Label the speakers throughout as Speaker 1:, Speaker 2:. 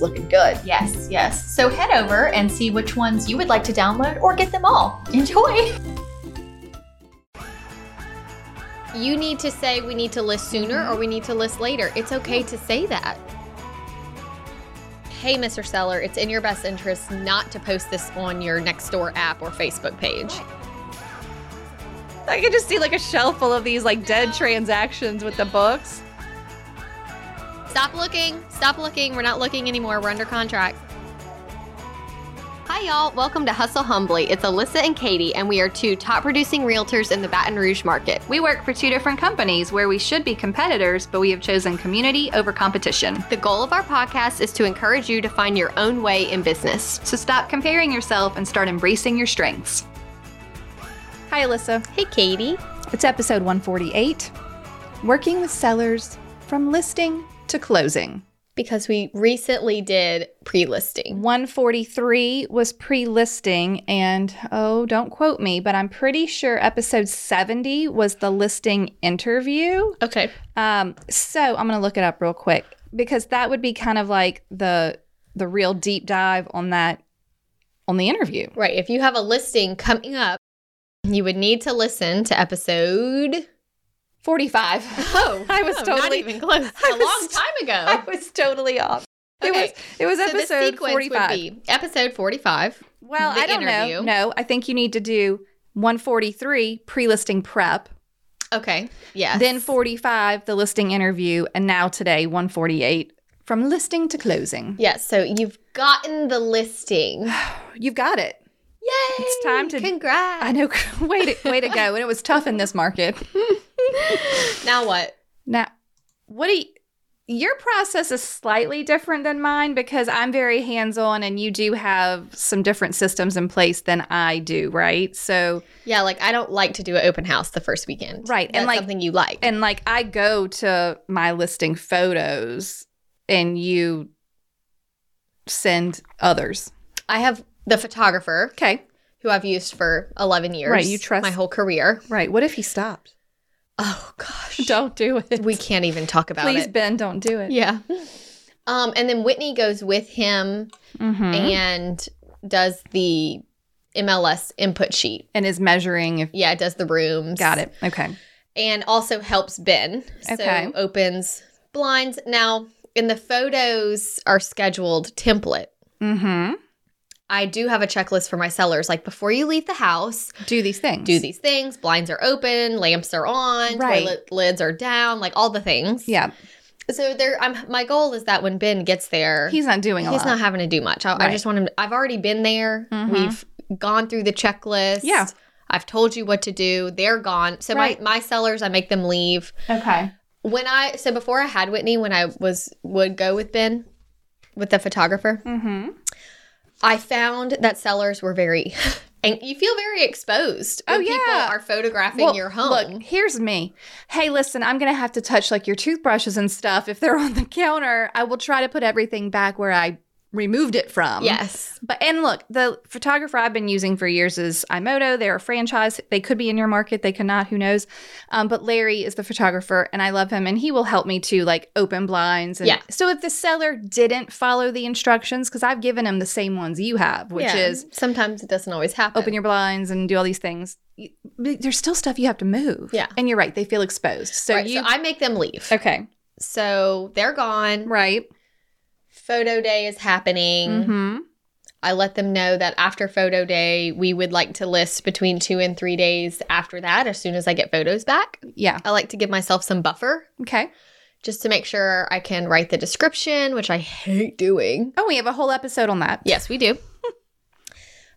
Speaker 1: looking good.
Speaker 2: Yes, yes. So head over and see which ones you would like to download or get them all. Enjoy.
Speaker 3: You need to say we need to list sooner or we need to list later. It's okay to say that. Hey, Mr. Seller, it's in your best interest not to post this on your Nextdoor app or Facebook page.
Speaker 4: I can just see like a shelf full of these like dead transactions with the books.
Speaker 3: Stop looking. Stop looking. We're not looking anymore. We're under contract. Hi, y'all. Welcome to Hustle Humbly. It's Alyssa and Katie, and we are two top producing realtors in the Baton Rouge market.
Speaker 5: We work for two different companies where we should be competitors, but we have chosen community over competition.
Speaker 3: The goal of our podcast is to encourage you to find your own way in business.
Speaker 5: So stop comparing yourself and start embracing your strengths.
Speaker 1: Hi, Alyssa.
Speaker 3: Hey, Katie.
Speaker 1: It's episode 148 Working with Sellers from Listing to Closing.
Speaker 3: Because we recently did pre listing.
Speaker 1: 143 was pre listing, and oh, don't quote me, but I'm pretty sure episode 70 was the listing interview.
Speaker 3: Okay.
Speaker 1: Um, so I'm gonna look it up real quick because that would be kind of like the the real deep dive on that on the interview.
Speaker 3: Right. If you have a listing coming up, you would need to listen to episode.
Speaker 1: 45.
Speaker 3: Oh,
Speaker 1: I was
Speaker 3: oh, not
Speaker 1: totally-
Speaker 3: even close.
Speaker 1: I
Speaker 3: A
Speaker 1: was
Speaker 3: long time ago.
Speaker 1: I was totally off. It
Speaker 3: Okay.
Speaker 1: was it was
Speaker 3: so the
Speaker 1: episode
Speaker 3: sequence
Speaker 1: 45.
Speaker 3: would be episode 45.
Speaker 1: well,
Speaker 3: the
Speaker 1: I don't know.
Speaker 3: interview.
Speaker 1: No, I think you need to do 143 pre-listing prep,
Speaker 3: Okay. Yes.
Speaker 1: then 45 the listing interview, and now today 148 from listing to closing.
Speaker 3: Yes. So you've gotten the listing. Yay!
Speaker 1: You've got it.
Speaker 3: It's
Speaker 1: time to-
Speaker 3: Congrats.
Speaker 1: I know. way to way to go, and it was tough in this market.
Speaker 3: Now what?
Speaker 1: Now, what do you, your process is slightly different than mine because I'm very hands on and you do have some different systems in place than I do, right? So,
Speaker 3: Yeah, like I don't like to do an open house the first weekend.
Speaker 1: Right, and,
Speaker 3: That's
Speaker 1: like-
Speaker 3: something you like.
Speaker 1: and like I go to my listing photos and you send others.
Speaker 3: I have the photographer
Speaker 1: Okay.
Speaker 3: who I've used for 11 years.
Speaker 1: Right, you trust-
Speaker 3: my whole career.
Speaker 1: Right. What if he stopped?
Speaker 3: Oh gosh.
Speaker 1: Don't do it.
Speaker 3: we can't even talk about
Speaker 1: Please,
Speaker 3: it.
Speaker 1: Ben, don't do it.
Speaker 3: Yeah. Um and then Whitney goes with him
Speaker 1: Mhm. And,
Speaker 3: and does the MLS input sheet.
Speaker 1: is measuring if
Speaker 3: Yeah, does the rooms.
Speaker 1: got it. Okay.
Speaker 3: And also helps Ben.
Speaker 1: Okay.
Speaker 3: So opens blinds. Now, in the photos are scheduled template.
Speaker 1: Mm-hmm.
Speaker 3: I do have a checklist for my sellers like before you leave the house,
Speaker 1: Do these things.
Speaker 3: do these things. Blinds are open, lamps are on,
Speaker 1: Right.
Speaker 3: toilet lids are down, like all the things.
Speaker 1: Yeah.
Speaker 3: So there, I'm. My goal is that when Ben gets there,
Speaker 1: He's not doing a
Speaker 3: he's
Speaker 1: lot.
Speaker 3: not having to do much. I, I
Speaker 1: Right.
Speaker 3: just want him. I've already been there.
Speaker 1: Mhm.
Speaker 3: We've gone through the checklist.
Speaker 1: Yeah.
Speaker 3: I've told you what to do. They're gone. So
Speaker 1: Right.
Speaker 3: my my sellers, I make them leave.
Speaker 1: okay.
Speaker 3: When I so before I had Whitney, when I was would go with Ben, with the photographer,
Speaker 1: Mm-hmm.
Speaker 3: I found that sellers were very, and you feel very exposed. When
Speaker 1: Oh,
Speaker 3: people
Speaker 1: yeah.
Speaker 3: are photographing your home.
Speaker 1: Look, hmm? here's me. Hey, listen, I'm gonna have to touch like your toothbrushes and stuff if they're on the counter. I will try to put everything back where I removed it from.
Speaker 3: yes,
Speaker 1: But and look, the photographer I've been using for years is Imoto. They're a franchise. They could be in your market. They could not. Who knows? Um, but Larry is the photographer, and I love him, and he will help me to like open blinds. And
Speaker 3: Yeah.
Speaker 1: So if the seller didn't follow the instructions, because I've given him the same ones you have, which
Speaker 3: Yeah.
Speaker 1: is
Speaker 3: sometimes it doesn't always happen.
Speaker 1: open your blinds and do all these things. You- but There's still stuff you have to move.
Speaker 3: Yeah.
Speaker 1: And you're right, they feel exposed. So
Speaker 3: Right,
Speaker 1: you
Speaker 3: so I make them leave.
Speaker 1: Okay.
Speaker 3: So they're gone.
Speaker 1: Right.
Speaker 3: Photo day is happening.
Speaker 1: Mhm.
Speaker 3: I let them know that after photo day, we would like to list between two and three days after that as soon as I get photos back.
Speaker 1: Yeah.
Speaker 3: I like to give myself some buffer
Speaker 1: Okay.
Speaker 3: just to make sure I can write the description, which I hate doing.
Speaker 1: Oh, we have a whole episode on that.
Speaker 3: Yes, we do.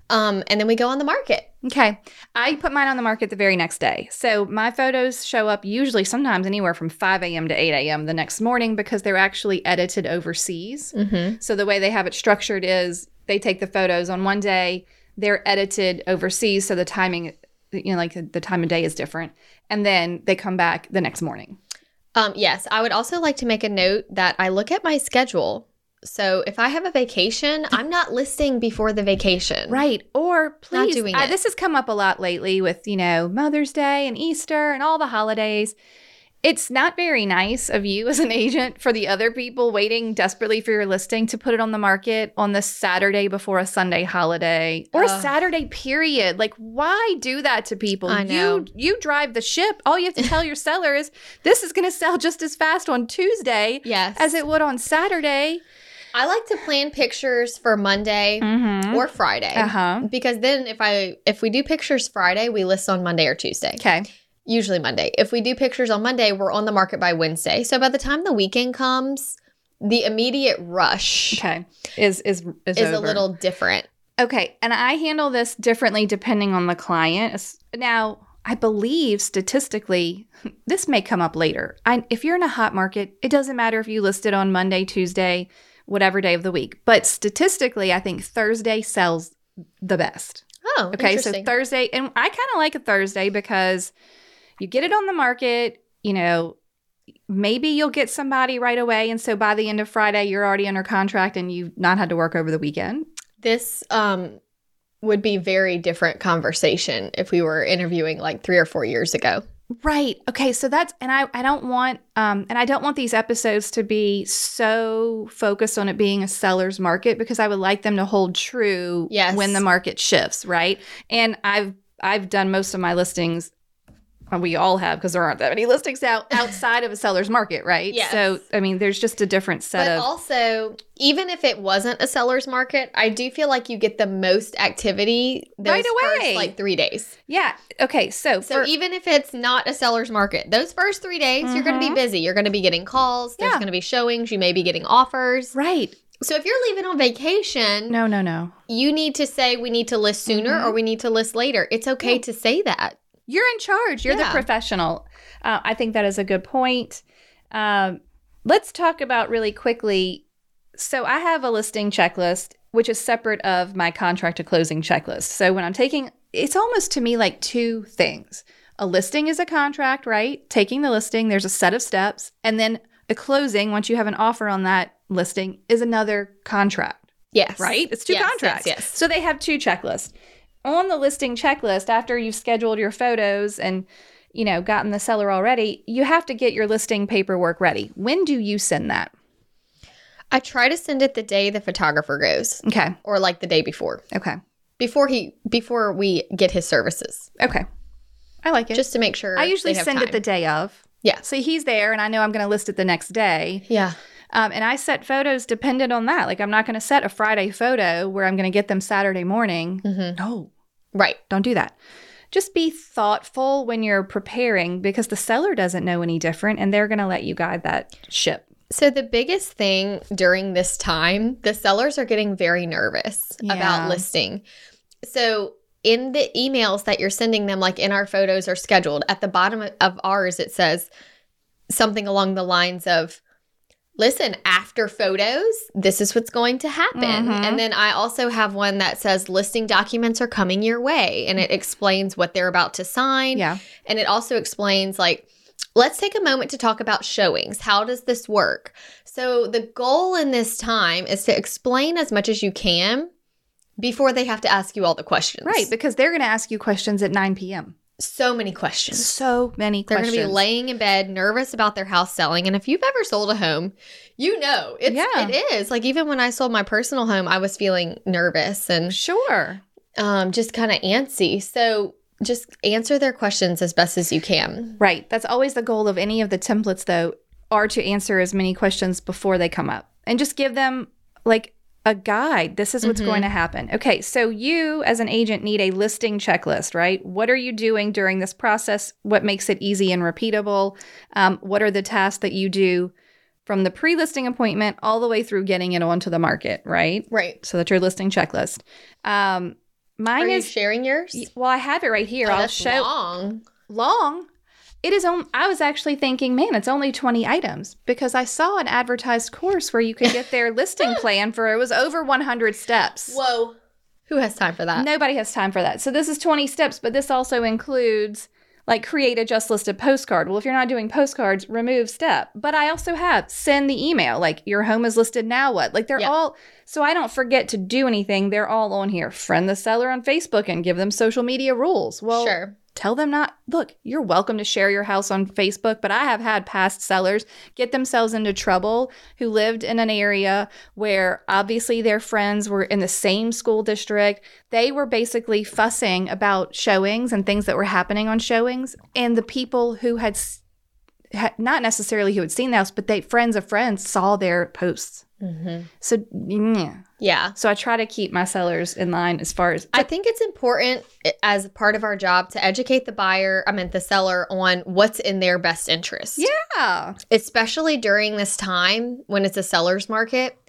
Speaker 3: Um, and then we go on the market.
Speaker 1: Okay. I put mine on the market the very next day. So my photos show up usually sometimes anywhere from 5 a.m. to 8 a.m. the next morning because they're actually edited overseas.
Speaker 3: Mm-hmm.
Speaker 1: So the way they have it structured is they take the photos on one day, they're edited overseas. So the timing, you know, like the, the time of day is different. And then they come back the next morning.
Speaker 3: Um, yes, I would also like to make a note that I look at my schedule. So if I have a vacation, I'm not listing before the vacation.
Speaker 1: Right. Or please,
Speaker 3: doing
Speaker 1: I-
Speaker 3: it.
Speaker 1: this has come up a lot lately with, you know, Mother's Day and Easter and all the holidays. It's not very nice of you as an agent for the other people waiting desperately for your listing to put it on the market on the Saturday before a Sunday holiday or a
Speaker 3: Ugh.
Speaker 1: Saturday period. Like, why do that to people?
Speaker 3: I know.
Speaker 1: You you drive the ship. All you have to tell your seller is this is going to sell just as fast on Tuesday
Speaker 3: Yes.
Speaker 1: as it would on Saturday.
Speaker 3: I like to plan pictures for Monday
Speaker 1: Mm-hmm.
Speaker 3: or Friday.
Speaker 1: Uh huh.
Speaker 3: Because then if I if we do pictures Friday, we list on Monday or Tuesday.
Speaker 1: Okay.
Speaker 3: Usually Monday. If we do pictures on Monday, we're on the market by Wednesday. So by the time the weekend comes, the immediate rush
Speaker 1: Okay. Is is is,
Speaker 3: is a
Speaker 1: over.
Speaker 3: little different.
Speaker 1: Okay, and I handle this differently depending on the client. As- Now, I believe statistically, this may come up later. I, if you're in a hot market, it doesn't matter if you list it on Monday, Tuesday, whatever day of the week. But statistically, I think Thursday sells the best.
Speaker 3: Oh,
Speaker 1: Okay, so
Speaker 3: interesting.
Speaker 1: Thursday, and I kind of like a Thursday because you get it on the market, you know, maybe you'll get somebody right away. And so by the end of Friday, you're already under contract and you've not had to work over the weekend.
Speaker 3: this um would be very different conversation if we were interviewing like three or four years ago.
Speaker 1: Right. Okay. So that's and I I don't want um and I don't want these episodes to be so focused on it being a seller's market because I would like them to hold true
Speaker 3: Yes.
Speaker 1: when the market shifts, right? And I've I've done most of my listings uh, we all have because there aren't that many listings out outside of a seller's market, right?
Speaker 3: Yes.
Speaker 1: So I mean, there's just a different set
Speaker 3: But
Speaker 1: of
Speaker 3: also, even if it wasn't a seller's market, I do feel like you get the most activity those
Speaker 1: Right away.
Speaker 3: first like three days.
Speaker 1: yeah. Okay. So,
Speaker 3: So e
Speaker 1: for,
Speaker 3: even if it's not a seller's market, those first three days you're going to be
Speaker 1: Mhm.
Speaker 3: busy. You're going to be getting calls. There's
Speaker 1: Yeah.
Speaker 3: going to be showings. You may be getting offers.
Speaker 1: right?
Speaker 3: So if you're leaving on vacation,
Speaker 1: No. No. No.
Speaker 3: you need to say we need to list sooner
Speaker 1: Mhm.
Speaker 3: or we need to list later. It's okay to say that.
Speaker 1: You're in charge. You're
Speaker 3: Yeah.
Speaker 1: the professional. Uh, I think that is a good point. Um, let's talk about really quickly. So I have a listing checklist, which is separate of my contract to closing checklist. So when I'm taking, it's almost to me like two things. A listing is a contract, right? Taking the listing, there's a set of steps, and then a closing. Once you have an offer on that listing, is another contract
Speaker 3: Yes.
Speaker 1: right? It's two
Speaker 3: Yes, yes,
Speaker 1: contracts.
Speaker 3: yes.
Speaker 1: So they have two checklists. On the listing checklist, after you've scheduled your photos and you know gotten the seller already, you have to get your listing paperwork ready. When do you send that?
Speaker 3: I try to send it the day the photographer goes
Speaker 1: Okay.
Speaker 3: or like the day before.
Speaker 1: Okay.
Speaker 3: Before he before we get his services.
Speaker 1: Okay. I like it.
Speaker 3: Just to make sure
Speaker 1: I usually
Speaker 3: they have
Speaker 1: send it
Speaker 3: time.
Speaker 1: the day of.
Speaker 3: Yeah.
Speaker 1: So he's there, and I know I'm going to list it the next day.
Speaker 3: Yeah.
Speaker 1: Um, and I set photos dependent on that. Like I'm not going to set a Friday photo where I'm going to get them Saturday morning.
Speaker 3: Mhm.
Speaker 1: No,
Speaker 3: Right.
Speaker 1: Don't do that. Just be thoughtful when you're preparing because the seller doesn't know any different and they're going to let you guide that ship.
Speaker 3: So the biggest thing during this time, the sellers are getting very nervous
Speaker 1: Yeah.
Speaker 3: about listing. So in the emails that you're sending them, like in our photos are scheduled, at the bottom of ours it says something along the lines of Listen, after photos, this is what's going to happen.
Speaker 1: Mhm.
Speaker 3: And then I also have one that says listing documents are coming your way and it explains what they're about to sign.
Speaker 1: Yeah.
Speaker 3: And it also explains, like, let's take a moment to talk about showings. How does this work? So, the goal in this time is to explain as much as you can before they have to ask you all the questions.
Speaker 1: Right. Because they're going to ask you questions at 9 p.m.
Speaker 3: So many questions.
Speaker 1: So many
Speaker 3: They're going
Speaker 1: questions.
Speaker 3: to be laying in bed, nervous about their house selling. And if you've ever sold a home, you know it's,
Speaker 1: Yeah.
Speaker 3: it is. Like, even when I sold my personal home, I was feeling nervous and
Speaker 1: Sure.
Speaker 3: um, just kind of antsy. So, just answer their questions as best as you can.
Speaker 1: Right. That's always the goal of any of the templates, though, are to answer as many questions before they come up and just give them like a guide. This is what's
Speaker 3: Mhm.
Speaker 1: going to happen. Okay. So, you as an agent need a listing checklist, right? What are you doing during this process? What makes it easy and repeatable? Um, what are the tasks that you do from the pre listing appointment all the way through getting it onto the market, right?
Speaker 3: Right.
Speaker 1: So, that's your listing checklist. Um, Mine
Speaker 3: Are you
Speaker 1: is
Speaker 3: sharing yours?
Speaker 1: y- well, I have it right here.
Speaker 3: Oh,
Speaker 1: I'll
Speaker 3: that's
Speaker 1: show
Speaker 3: long.
Speaker 1: long. It is on I was actually thinking, man, it's only 20 items because I saw an advertised course where you could get their listing plan for it was over 100 steps.
Speaker 3: Whoa. Who has time for that?
Speaker 1: Nobody has time for that. So this is 20 steps, but this also includes like create a just listed postcard. Well, if you're not doing postcards, remove step. But I also have send the email like your home is listed now what? Like they're
Speaker 3: Yeah.
Speaker 1: all so I don't forget to do anything. They're all on here. Friend the seller on Facebook and give them social media rules. Well,
Speaker 3: sure.
Speaker 1: tell them not look you're welcome to share your house on facebook but i have had past sellers get themselves into trouble who lived in an area where obviously their friends were in the same school district they were basically fussing about showings and things that were happening on showings and the people who had s- ha- not necessarily who had seen the house but they friends of friends saw their posts
Speaker 3: Mm-hmm.
Speaker 1: so yeah.
Speaker 3: Yeah.
Speaker 1: so i try to keep my sellers in line as far as
Speaker 3: I think it's important i- as part of our job to educate the buyer, I meant the seller, on what's in their best interest.
Speaker 1: yeah
Speaker 3: Especially during this time when it's a seller's market.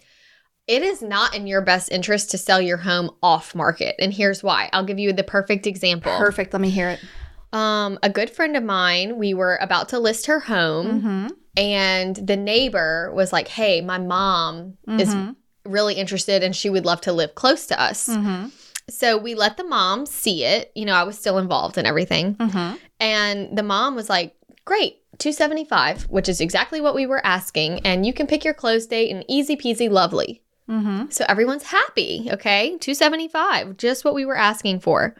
Speaker 3: It is not in your best interest to sell your home off market. And here's why. I'll give you the perfect example.
Speaker 1: perfect let me hear it
Speaker 3: Um, a good friend of mine, we were about to list her home,
Speaker 1: mm-hmm.
Speaker 3: and the neighbor was like, Hey, my mom is
Speaker 1: Mhm.
Speaker 3: really interested and she would love to live close to us.
Speaker 1: Mm-hmm.
Speaker 3: So we let the mom see it. You know, I was still involved in everything.
Speaker 1: Mm-hmm.
Speaker 3: And the mom was like, Great, 275, which is exactly what we were asking. And you can pick your close date and easy peasy lovely.
Speaker 1: Mm-hmm.
Speaker 3: So everyone's happy, okay? 275, just what we were asking for.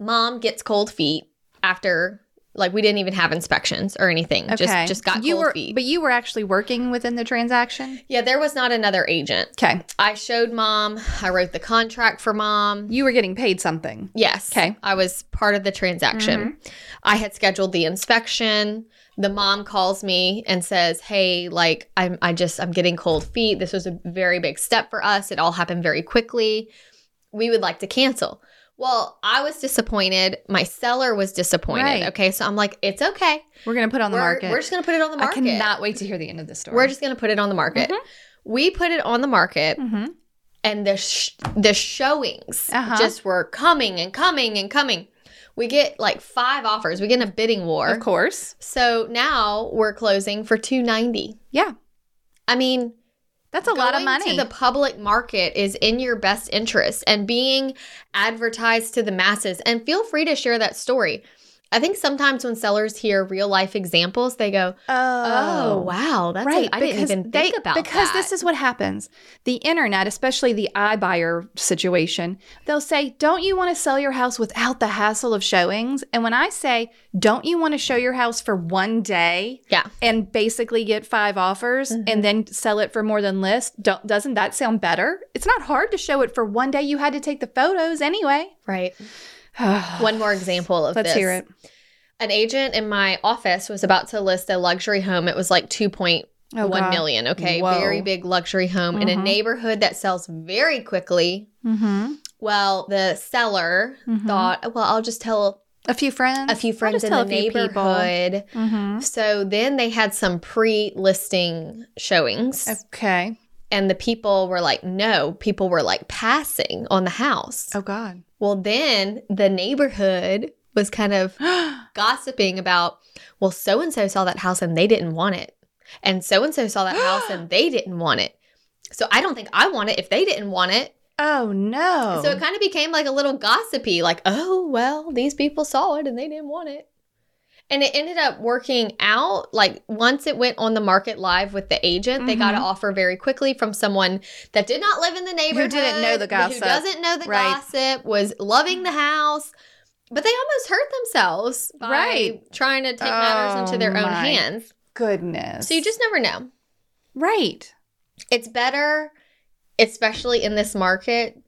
Speaker 3: Mom gets cold feet after like we didn't even have inspections or anything.
Speaker 1: Okay.
Speaker 3: Just just got
Speaker 1: you
Speaker 3: cold
Speaker 1: were,
Speaker 3: feet.
Speaker 1: but you were actually working within the transaction.
Speaker 3: yeah, there was not another agent.
Speaker 1: Okay,
Speaker 3: I showed mom, I wrote the contract for mom.
Speaker 1: you were getting paid something.
Speaker 3: Yes.
Speaker 1: Okay. Mm-hmm.
Speaker 3: I was part of the transaction. I had scheduled the inspection. The mom calls me and says, "Hey, like I'm I just I'm getting cold feet. This was a very big step for us. It all happened very quickly. We would like to cancel." Well, I was disappointed. My seller was disappointed.
Speaker 1: Right.
Speaker 3: Okay, so I'm like, "It's okay.
Speaker 1: We're gonna put it on the
Speaker 3: we're,
Speaker 1: market.
Speaker 3: we're just going to put it on the
Speaker 1: I
Speaker 3: market.
Speaker 1: cannot Mm-hmm. wait to hear the end of this story.
Speaker 3: we're just going to put it on the market." We put it on the market
Speaker 1: Mhm.
Speaker 3: and the sh- the showings
Speaker 1: Uh-huh.
Speaker 3: just were coming and coming and coming. We get like five offers. We get in a bidding war.
Speaker 1: of course.
Speaker 3: So now we're closing for 290.
Speaker 1: Yeah,
Speaker 3: I mean,
Speaker 1: that's a lot of
Speaker 3: going
Speaker 1: money.
Speaker 3: to the public market is in your best interest and being advertised to the masses and feel free to share that story. I think sometimes when sellers hear real life examples, they go, "Oh, wow, that's right."
Speaker 1: right.
Speaker 3: A, I didn't
Speaker 1: because
Speaker 3: even
Speaker 1: they-
Speaker 3: think about
Speaker 1: because
Speaker 3: that.
Speaker 1: this is what happens. The internet, especially the iBuyer situation, they'll say, "Don't you want to sell your house without the hassle of showings?" And when I say, "Don't you want to show your house for one day?"
Speaker 3: Yeah.
Speaker 1: and basically get five offers and then sell it for more than list, don't, doesn't that sound better? It's not hard to show it for one day. You had to take the photos anyway.
Speaker 3: right.
Speaker 1: One.
Speaker 3: One more example of
Speaker 1: Let's
Speaker 3: this.
Speaker 1: hear it.
Speaker 3: An agent in my office was about to list a luxury home. It was like 2.1
Speaker 1: Oh, God.
Speaker 3: million, okay?
Speaker 1: Whoa.
Speaker 3: Very big luxury home in a
Speaker 1: Mhm.
Speaker 3: neighborhood that sells very quickly.
Speaker 1: Mm-hmm.
Speaker 3: Well, the seller
Speaker 1: Mhm.
Speaker 3: thought, well, I'll just tell
Speaker 1: A few friends.
Speaker 3: a few
Speaker 1: I'll
Speaker 3: friends
Speaker 1: just
Speaker 3: in
Speaker 1: tell
Speaker 3: the
Speaker 1: a few people.
Speaker 3: neighborhood.
Speaker 1: Mhm.
Speaker 3: So then they had some pre listing showings,
Speaker 1: Oh. Okay.
Speaker 3: and the people were like, no, people were like passing on the house.
Speaker 1: Oh God.
Speaker 3: Well, then the neighborhood was kind of gossiping about, well, so and so saw that house and they didn't want it. And so and so saw that house and they didn't want it. So I don't think I want it if they didn't want it.
Speaker 1: Oh no.
Speaker 3: So it kind of became like a little gossipy, like, oh, well, these people saw it and they didn't want it. And it ended up working out. Like, once it went on the market live with the agent, they got an
Speaker 1: Mm-hmm.
Speaker 3: offer very quickly from someone that did not live in the neighborhood,
Speaker 1: didn't know the
Speaker 3: who
Speaker 1: gossip.
Speaker 3: doesn't know the
Speaker 1: Right.
Speaker 3: gossip, was loving the house. But they almost hurt themselves by
Speaker 1: Right.
Speaker 3: trying to take matters
Speaker 1: Oh,
Speaker 3: into their own
Speaker 1: my.
Speaker 3: hands.
Speaker 1: goodness.
Speaker 3: So you just never know.
Speaker 1: right.
Speaker 3: It's better, especially in this market,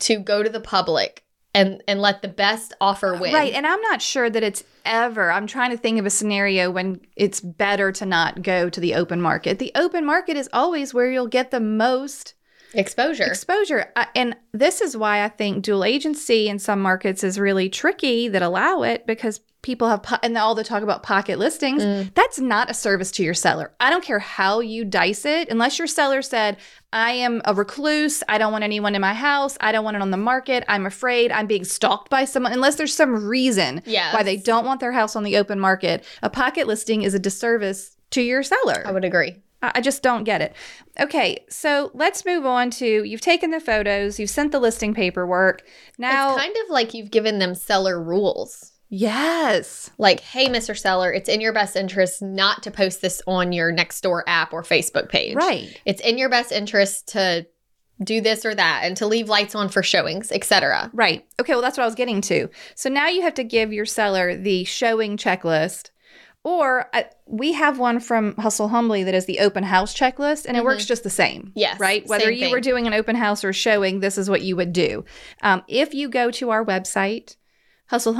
Speaker 3: to go to the public and and let the best offer win.
Speaker 1: Right. And I'm not sure that it's ever, I'm trying to think of a scenario when it's better to not go to the open market. The open market is always where you'll get the most
Speaker 3: Exposure.
Speaker 1: exposure. I, and this is why I think dual agency in some markets is really tricky that allow it because people have, po- and all the talk about pocket listings,
Speaker 3: Mm.
Speaker 1: that's not a service to your seller. I don't care how you dice it, unless your seller said, I am a recluse. I don't want anyone in my house. I don't want it on the market. I'm afraid I'm being stalked by someone, unless there's some reason
Speaker 3: Yes.
Speaker 1: why they don't want their house on the open market. A pocket listing is a disservice to your seller.
Speaker 3: I would agree.
Speaker 1: I I just don't get it. Okay, so let's move on to you've taken the photos, you've sent the listing paperwork. Now,
Speaker 3: it's kind of like you've given them seller rules.
Speaker 1: yes,
Speaker 3: Like, hey, Mr. Seller, it's in your best interest not to post this on your Nextdoor app or Facebook page.
Speaker 1: right.
Speaker 3: It's in your best interest to do this or that and to leave lights on for showings, etc.
Speaker 1: Right. Okay, well, that's what I was getting to. So now you have to give your seller the showing checklist. Or uh, we have one from Hustle Humbly that is the open house checklist, and it works just the same.
Speaker 3: Mm-hmm. Yes,
Speaker 1: Right? Whether
Speaker 3: same
Speaker 1: you
Speaker 3: thing.
Speaker 1: were doing an open house or showing, this is what you would do. Um, if you go to our website,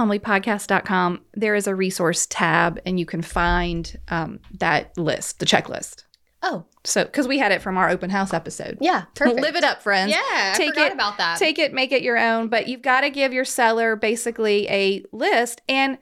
Speaker 1: hustlehumblypodcast.com, there is a resource tab, and you can find um, that list, the checklist.
Speaker 3: Oh,
Speaker 1: So, because we had it from our open house episode.
Speaker 3: yeah, perfect.
Speaker 1: Live it up, friends.
Speaker 3: Yeah, I
Speaker 1: Take
Speaker 3: forgot
Speaker 1: it-
Speaker 3: about that.
Speaker 1: Take it, make it your own, but you've got to give your seller basically a list. And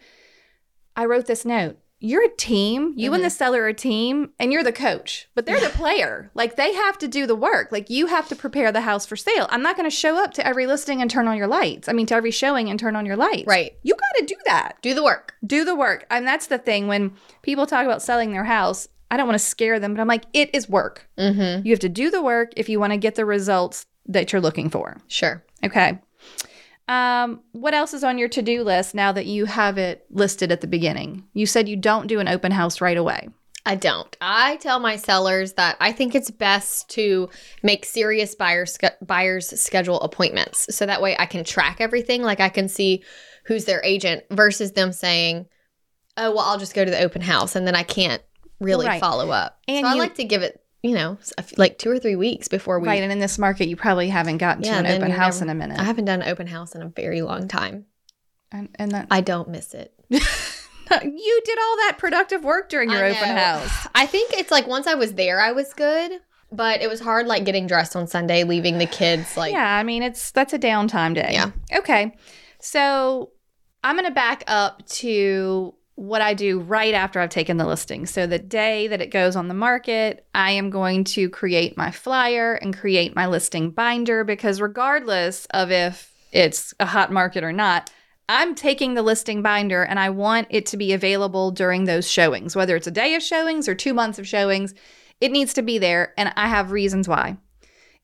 Speaker 1: I wrote this note. You're a team. You and the seller are a team, and you're the coach, but they're the player. Like they have to do the work. Like you have to prepare the house for sale. I'm not going to show up to every listing and turn on your lights. I mean, to every showing and turn on your lights.
Speaker 3: right.
Speaker 1: You got to do that.
Speaker 3: Do the work.
Speaker 1: Do the work. And that's the thing when people talk about selling their house, I don't want to scare them, but I'm like, it is work.
Speaker 3: Mm-hmm.
Speaker 1: You have to do the work if you want to get the results that you're looking for.
Speaker 3: Sure.
Speaker 1: Okay. Um, what else is on your to do list now that you have it listed at the beginning? You said you don't do an open house right away.
Speaker 3: I don't. I tell my sellers that I think it's best to make serious buyers buyers schedule appointments so that way I can track everything. Like I can see who's their agent versus them saying, "Oh, well, I'll just go to the open house," and then I can't really
Speaker 1: Right.
Speaker 3: follow up.
Speaker 1: And
Speaker 3: so I
Speaker 1: you-
Speaker 3: like to give it, you know, s- a f- like two or three weeks before we.
Speaker 1: right. And in this market, you probably haven't gotten
Speaker 3: Yeah,
Speaker 1: to an
Speaker 3: then
Speaker 1: open
Speaker 3: you
Speaker 1: house
Speaker 3: never-
Speaker 1: in a minute.
Speaker 3: I haven't done an open house in a very long time.
Speaker 1: and, and that,
Speaker 3: I don't miss it.
Speaker 1: you did all that productive work during your
Speaker 3: I
Speaker 1: open
Speaker 3: know.
Speaker 1: house.
Speaker 3: I think it's like once I was there, I was good, but it was hard like getting dressed on Sunday, leaving the kids like.
Speaker 1: yeah. I mean, it's that's a downtime day.
Speaker 3: Yeah.
Speaker 1: Okay. So I'm going to back up to what I do right after I've taken the listing. So the day that it goes on the market, I am going to create my flyer and create my listing binder because regardless of if it's a hot market or not, I'm taking the listing binder and I want it to be available during those showings, whether it's a day of showings or 2 months of showings, it needs to be there and I have reasons why.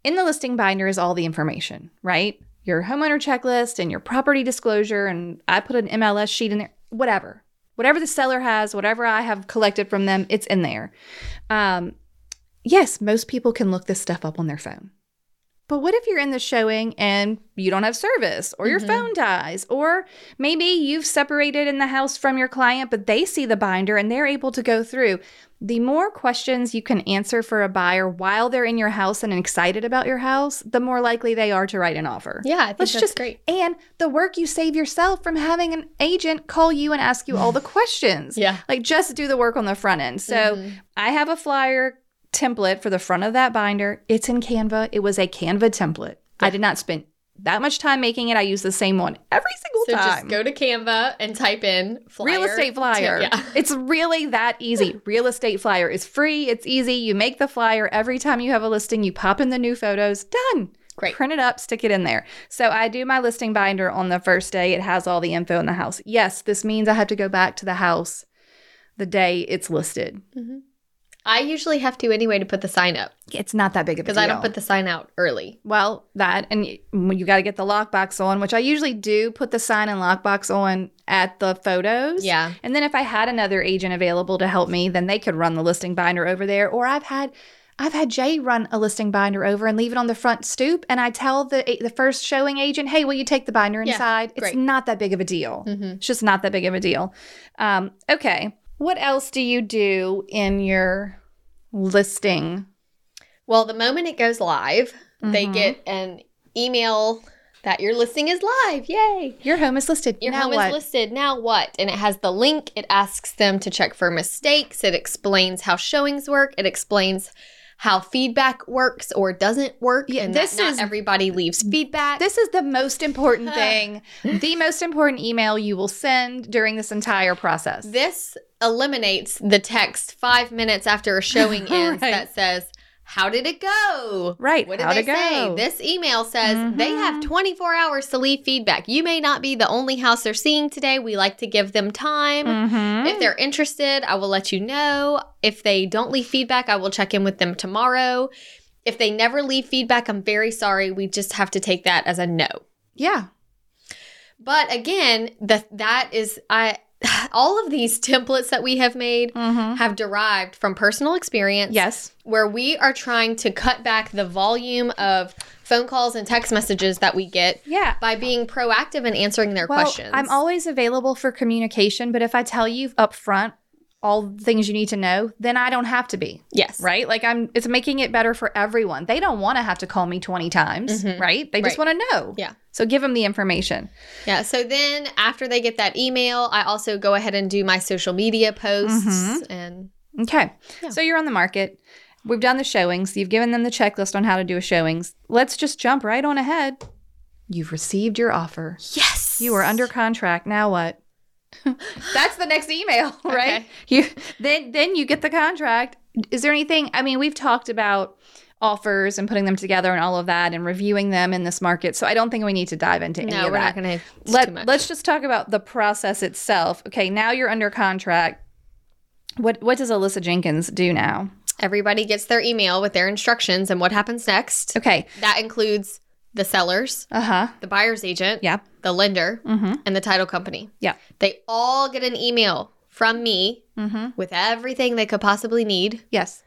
Speaker 1: In the listing binder is all the information, right? Your homeowner checklist and your property disclosure, and I put an MLS sheet in there, whatever. Whatever the seller has, whatever I have collected from them, it's in there. Um, yes, most people can look this stuff up on their phone. But what if you're in the showing and you don't have service, or your
Speaker 3: Mhm.
Speaker 1: phone dies, or maybe you've separated in the house from your client, but they see the binder and they're able to go through? The more questions you can answer for a buyer while they're in your house and excited about your house, the more likely they are to write an offer.
Speaker 3: Yeah, I think
Speaker 1: Let's
Speaker 3: that's
Speaker 1: just-
Speaker 3: great.
Speaker 1: And the work you save yourself from having an agent call you and ask you all the questions.
Speaker 3: Yeah.
Speaker 1: Like just do the work on the front end. So
Speaker 3: Mhm.
Speaker 1: I have a flyer template for the front of that binder. It's in Canva. It was a Canva template. I did not spend that much time making it. I use the same one every single
Speaker 3: so
Speaker 1: time.
Speaker 3: just go to Canva and type in flyer.
Speaker 1: Real estate flyer.
Speaker 3: Tip, yeah.
Speaker 1: It's really that easy. Real estate flyer is free. It's easy. You make the flyer every time you have a listing, you pop in the new photos. Done.
Speaker 3: Great.
Speaker 1: Print it up, stick it in there. So I do my listing binder on the first day. It has all the info in the house. Yes, this means I have to go back to the house the day it's listed.
Speaker 3: I usually have to anyway to put the sign up
Speaker 1: It's not that big of a deal.
Speaker 3: because I don't put the sign out early.
Speaker 1: Well, that and y- you got to get the lockbox on, which I usually do put the sign and lockbox on at the photos.
Speaker 3: Yeah.
Speaker 1: And then if I had another agent available to help me, then they could run the listing binder over there or I've had I've had Jay run a listing binder over and leave it on the front stoop and I tell the the first showing agent, "Hey, will you take the binder
Speaker 3: Yeah,
Speaker 1: inside?"
Speaker 3: great.
Speaker 1: It's not that big of a deal.
Speaker 3: Mm-hmm.
Speaker 1: It's just not that big of a deal. Um, okay. What else do you do in your listing?
Speaker 3: Well, the moment it goes live, they
Speaker 1: Mhm.
Speaker 3: get an email that your listing is live. Yay!
Speaker 1: Your home is listed.
Speaker 3: Your
Speaker 1: Now
Speaker 3: home
Speaker 1: what?
Speaker 3: is listed. Now what? And it has the link. It asks them to check for mistakes. It explains how showings work. It explains how feedback works or doesn't work.
Speaker 1: Yeah,
Speaker 3: and that
Speaker 1: this
Speaker 3: not
Speaker 1: is-
Speaker 3: everybody leaves feedback.
Speaker 1: This is the most important thing, the most important email you will send during this entire process.
Speaker 3: This eliminates the text five minutes after a showing ends
Speaker 1: Right.
Speaker 3: that says, How did it go?
Speaker 1: Right.
Speaker 3: What did
Speaker 1: how
Speaker 3: they
Speaker 1: to
Speaker 3: say?
Speaker 1: go. Mm-hmm.
Speaker 3: This email says they have 24 hours to leave feedback. You may not be the only house they're seeing today. We like to give them time.
Speaker 1: Mhm.
Speaker 3: If they're interested, I will let you know. If they don't leave feedback, I will check in with them tomorrow. If they never leave feedback, I'm very sorry. We just have to take that as a no.
Speaker 1: yeah.
Speaker 3: But again, the, that is I all of these templates that we have made
Speaker 1: Mhm.
Speaker 3: have derived from personal experience
Speaker 1: Yes.
Speaker 3: where we are trying to cut back the volume of phone calls and text messages that we get
Speaker 1: Yeah.
Speaker 3: by being proactive and answering their
Speaker 1: Well,
Speaker 3: questions.
Speaker 1: I'm always available for communication, but if I tell you up front all the things you need to know, then I don't have to be.
Speaker 3: yes.
Speaker 1: Right? Like I'm it's making it better for everyone. They don't want to have to call me 20 times,
Speaker 3: Mhm.
Speaker 1: right? They just
Speaker 3: Right.
Speaker 1: want to know.
Speaker 3: Yeah.
Speaker 1: So give them the information.
Speaker 3: Yeah. So then after they get that email, I also go ahead and do my social media posts
Speaker 1: Mhm.
Speaker 3: and
Speaker 1: Okay.
Speaker 3: Yeah.
Speaker 1: So you're on the market. We've done the showings. You've given them the checklist on how to do a showings. Let's just jump right on ahead. You've received your offer.
Speaker 3: yes,
Speaker 1: You are under contract. Now what? That's the next email, right?
Speaker 3: Okay.
Speaker 1: You then then you get the contract. Is there anything I mean, we've talked about offers and putting them together and all of that and reviewing them in this market. So I don't think we need to dive into any
Speaker 3: No,
Speaker 1: of
Speaker 3: we're
Speaker 1: that.
Speaker 3: not going to.
Speaker 1: Let,
Speaker 3: too much.
Speaker 1: let's just talk about the process itself. Okay, now you're under contract. What what does Alyssa Jenkins do now?
Speaker 3: Everybody gets their email with their instructions and what happens next.
Speaker 1: Okay.
Speaker 3: That includes the sellers,
Speaker 1: Uh-huh.
Speaker 3: the buyer's agent,
Speaker 1: Yeah.
Speaker 3: the lender,
Speaker 1: Mhm.
Speaker 3: and the title company.
Speaker 1: Yeah.
Speaker 3: They all get an email from me
Speaker 1: Mhm.
Speaker 3: with everything they could possibly need
Speaker 1: Yes.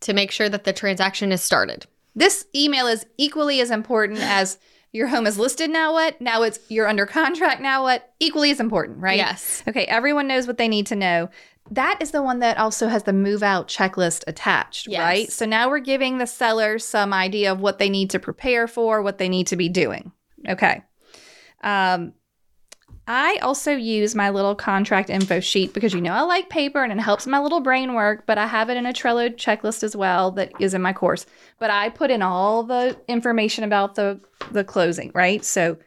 Speaker 3: to make sure that the transaction is started.
Speaker 1: This email is equally as important as your home is listed now what? Now it's you're under contract now what? Equally as important, right?
Speaker 3: Yes.
Speaker 1: Okay, everyone knows what they need to know. That is the one that also has the move out checklist attached,
Speaker 3: Yes.
Speaker 1: right? So now we're giving the seller some idea of what they need to prepare for, what they need to be doing. Okay. Um, I also use my little contract info sheet because you know I like paper and it helps my little brain work, but I have it in a Trello checklist as well that is in my course. But I put in all the information about the the closing, right? So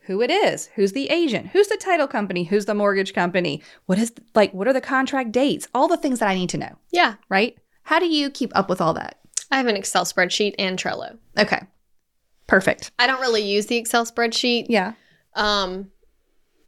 Speaker 1: who it is, who's the agent, who's the title company, who's the mortgage company, what is like what are the contract dates, all the things that I need to know,
Speaker 3: Yeah.
Speaker 1: right? How do you keep up with all that?
Speaker 3: I have an Excel spreadsheet and Trello.
Speaker 1: Okay. Perfect.
Speaker 3: I don't really use the Excel spreadsheet.
Speaker 1: Yeah.
Speaker 3: Um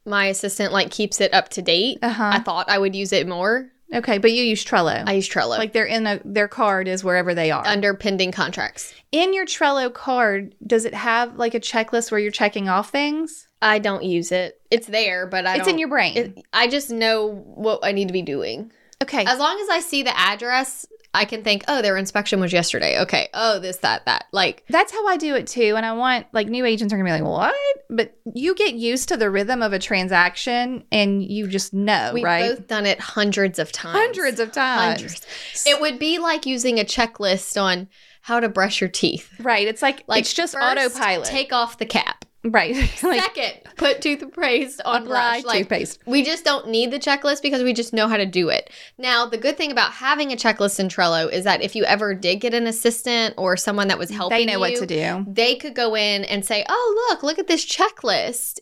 Speaker 3: my assistant like keeps it up to date.
Speaker 1: Uh-huh.
Speaker 3: I thought I would use it more.
Speaker 1: Okay, but you use Trello.
Speaker 3: I use Trello
Speaker 1: like they're in a their card is wherever they are.
Speaker 3: under pending contracts.
Speaker 1: in your Trello card, does it have like a checklist where you're checking off things?
Speaker 3: I don't use it. It's there, but I
Speaker 1: it's
Speaker 3: don't-
Speaker 1: in your brain.
Speaker 3: It, I just know what I need to be doing.
Speaker 1: okay.
Speaker 3: As long as I see the address, I can think, oh, their inspection was yesterday. Okay. Oh, this, that, that. Like,
Speaker 1: That's how I do it too. And I want like new agents are gonna be like, what? But you get used to the rhythm of a transaction and you just know,
Speaker 3: we've
Speaker 1: Uh, right?
Speaker 3: both done it hundreds of times.
Speaker 1: hundreds of times.
Speaker 3: Hundreds. It would be like using a checklist on how to brush your teeth.
Speaker 1: Right. It's like,
Speaker 3: Like,
Speaker 1: it's just
Speaker 3: first,
Speaker 1: autopilot.
Speaker 3: Take off the cap.
Speaker 1: right. like
Speaker 3: Second, put toothpaste on
Speaker 1: apply
Speaker 3: brush. Like,
Speaker 1: toothpaste.
Speaker 3: we just don't need the checklist because we just know how to do it. Now, the good thing about having a checklist in Trello is that if you ever did get an assistant or someone that was helping
Speaker 1: They know what
Speaker 3: you,
Speaker 1: to do.
Speaker 3: they could go in and say, "Oh, look, look at this checklist."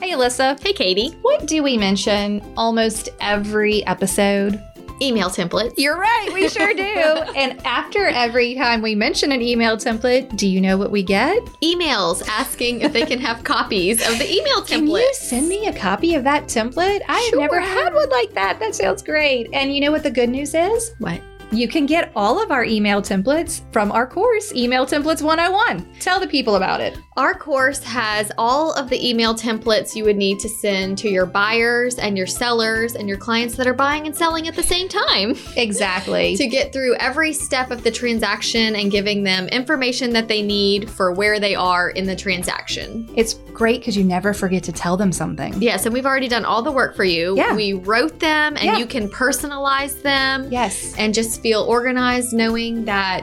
Speaker 1: Hey Alyssa,
Speaker 3: Hey, Katie,
Speaker 1: what do we mention almost every episode?
Speaker 3: email templates.
Speaker 1: You're right, we sure do. and after every time we mention an email template, do you know what we get?
Speaker 3: emails asking if they can have copies of the email
Speaker 1: Can you
Speaker 3: template.
Speaker 1: send me a copy of that template? I have never
Speaker 3: Sure.
Speaker 1: had one like that. That sounds great. And you know what the good news is?
Speaker 3: What?
Speaker 1: You can get all of our email templates from our course, Email Templates 101. Tell the people about it.
Speaker 3: Our course has all of the email templates you would need to send to your buyers and your sellers and your clients that are buying and selling at the same time
Speaker 1: Exactly.
Speaker 3: to get through every step of the transaction and giving them information that they need for where they are in the transaction.
Speaker 1: It's great because you never forget to tell them something.
Speaker 3: Yes, and we've already done all the work for you.
Speaker 1: Yeah.
Speaker 3: We wrote them and
Speaker 1: Yeah.
Speaker 3: you can personalize them.
Speaker 1: Yes.
Speaker 3: and just feel organized knowing that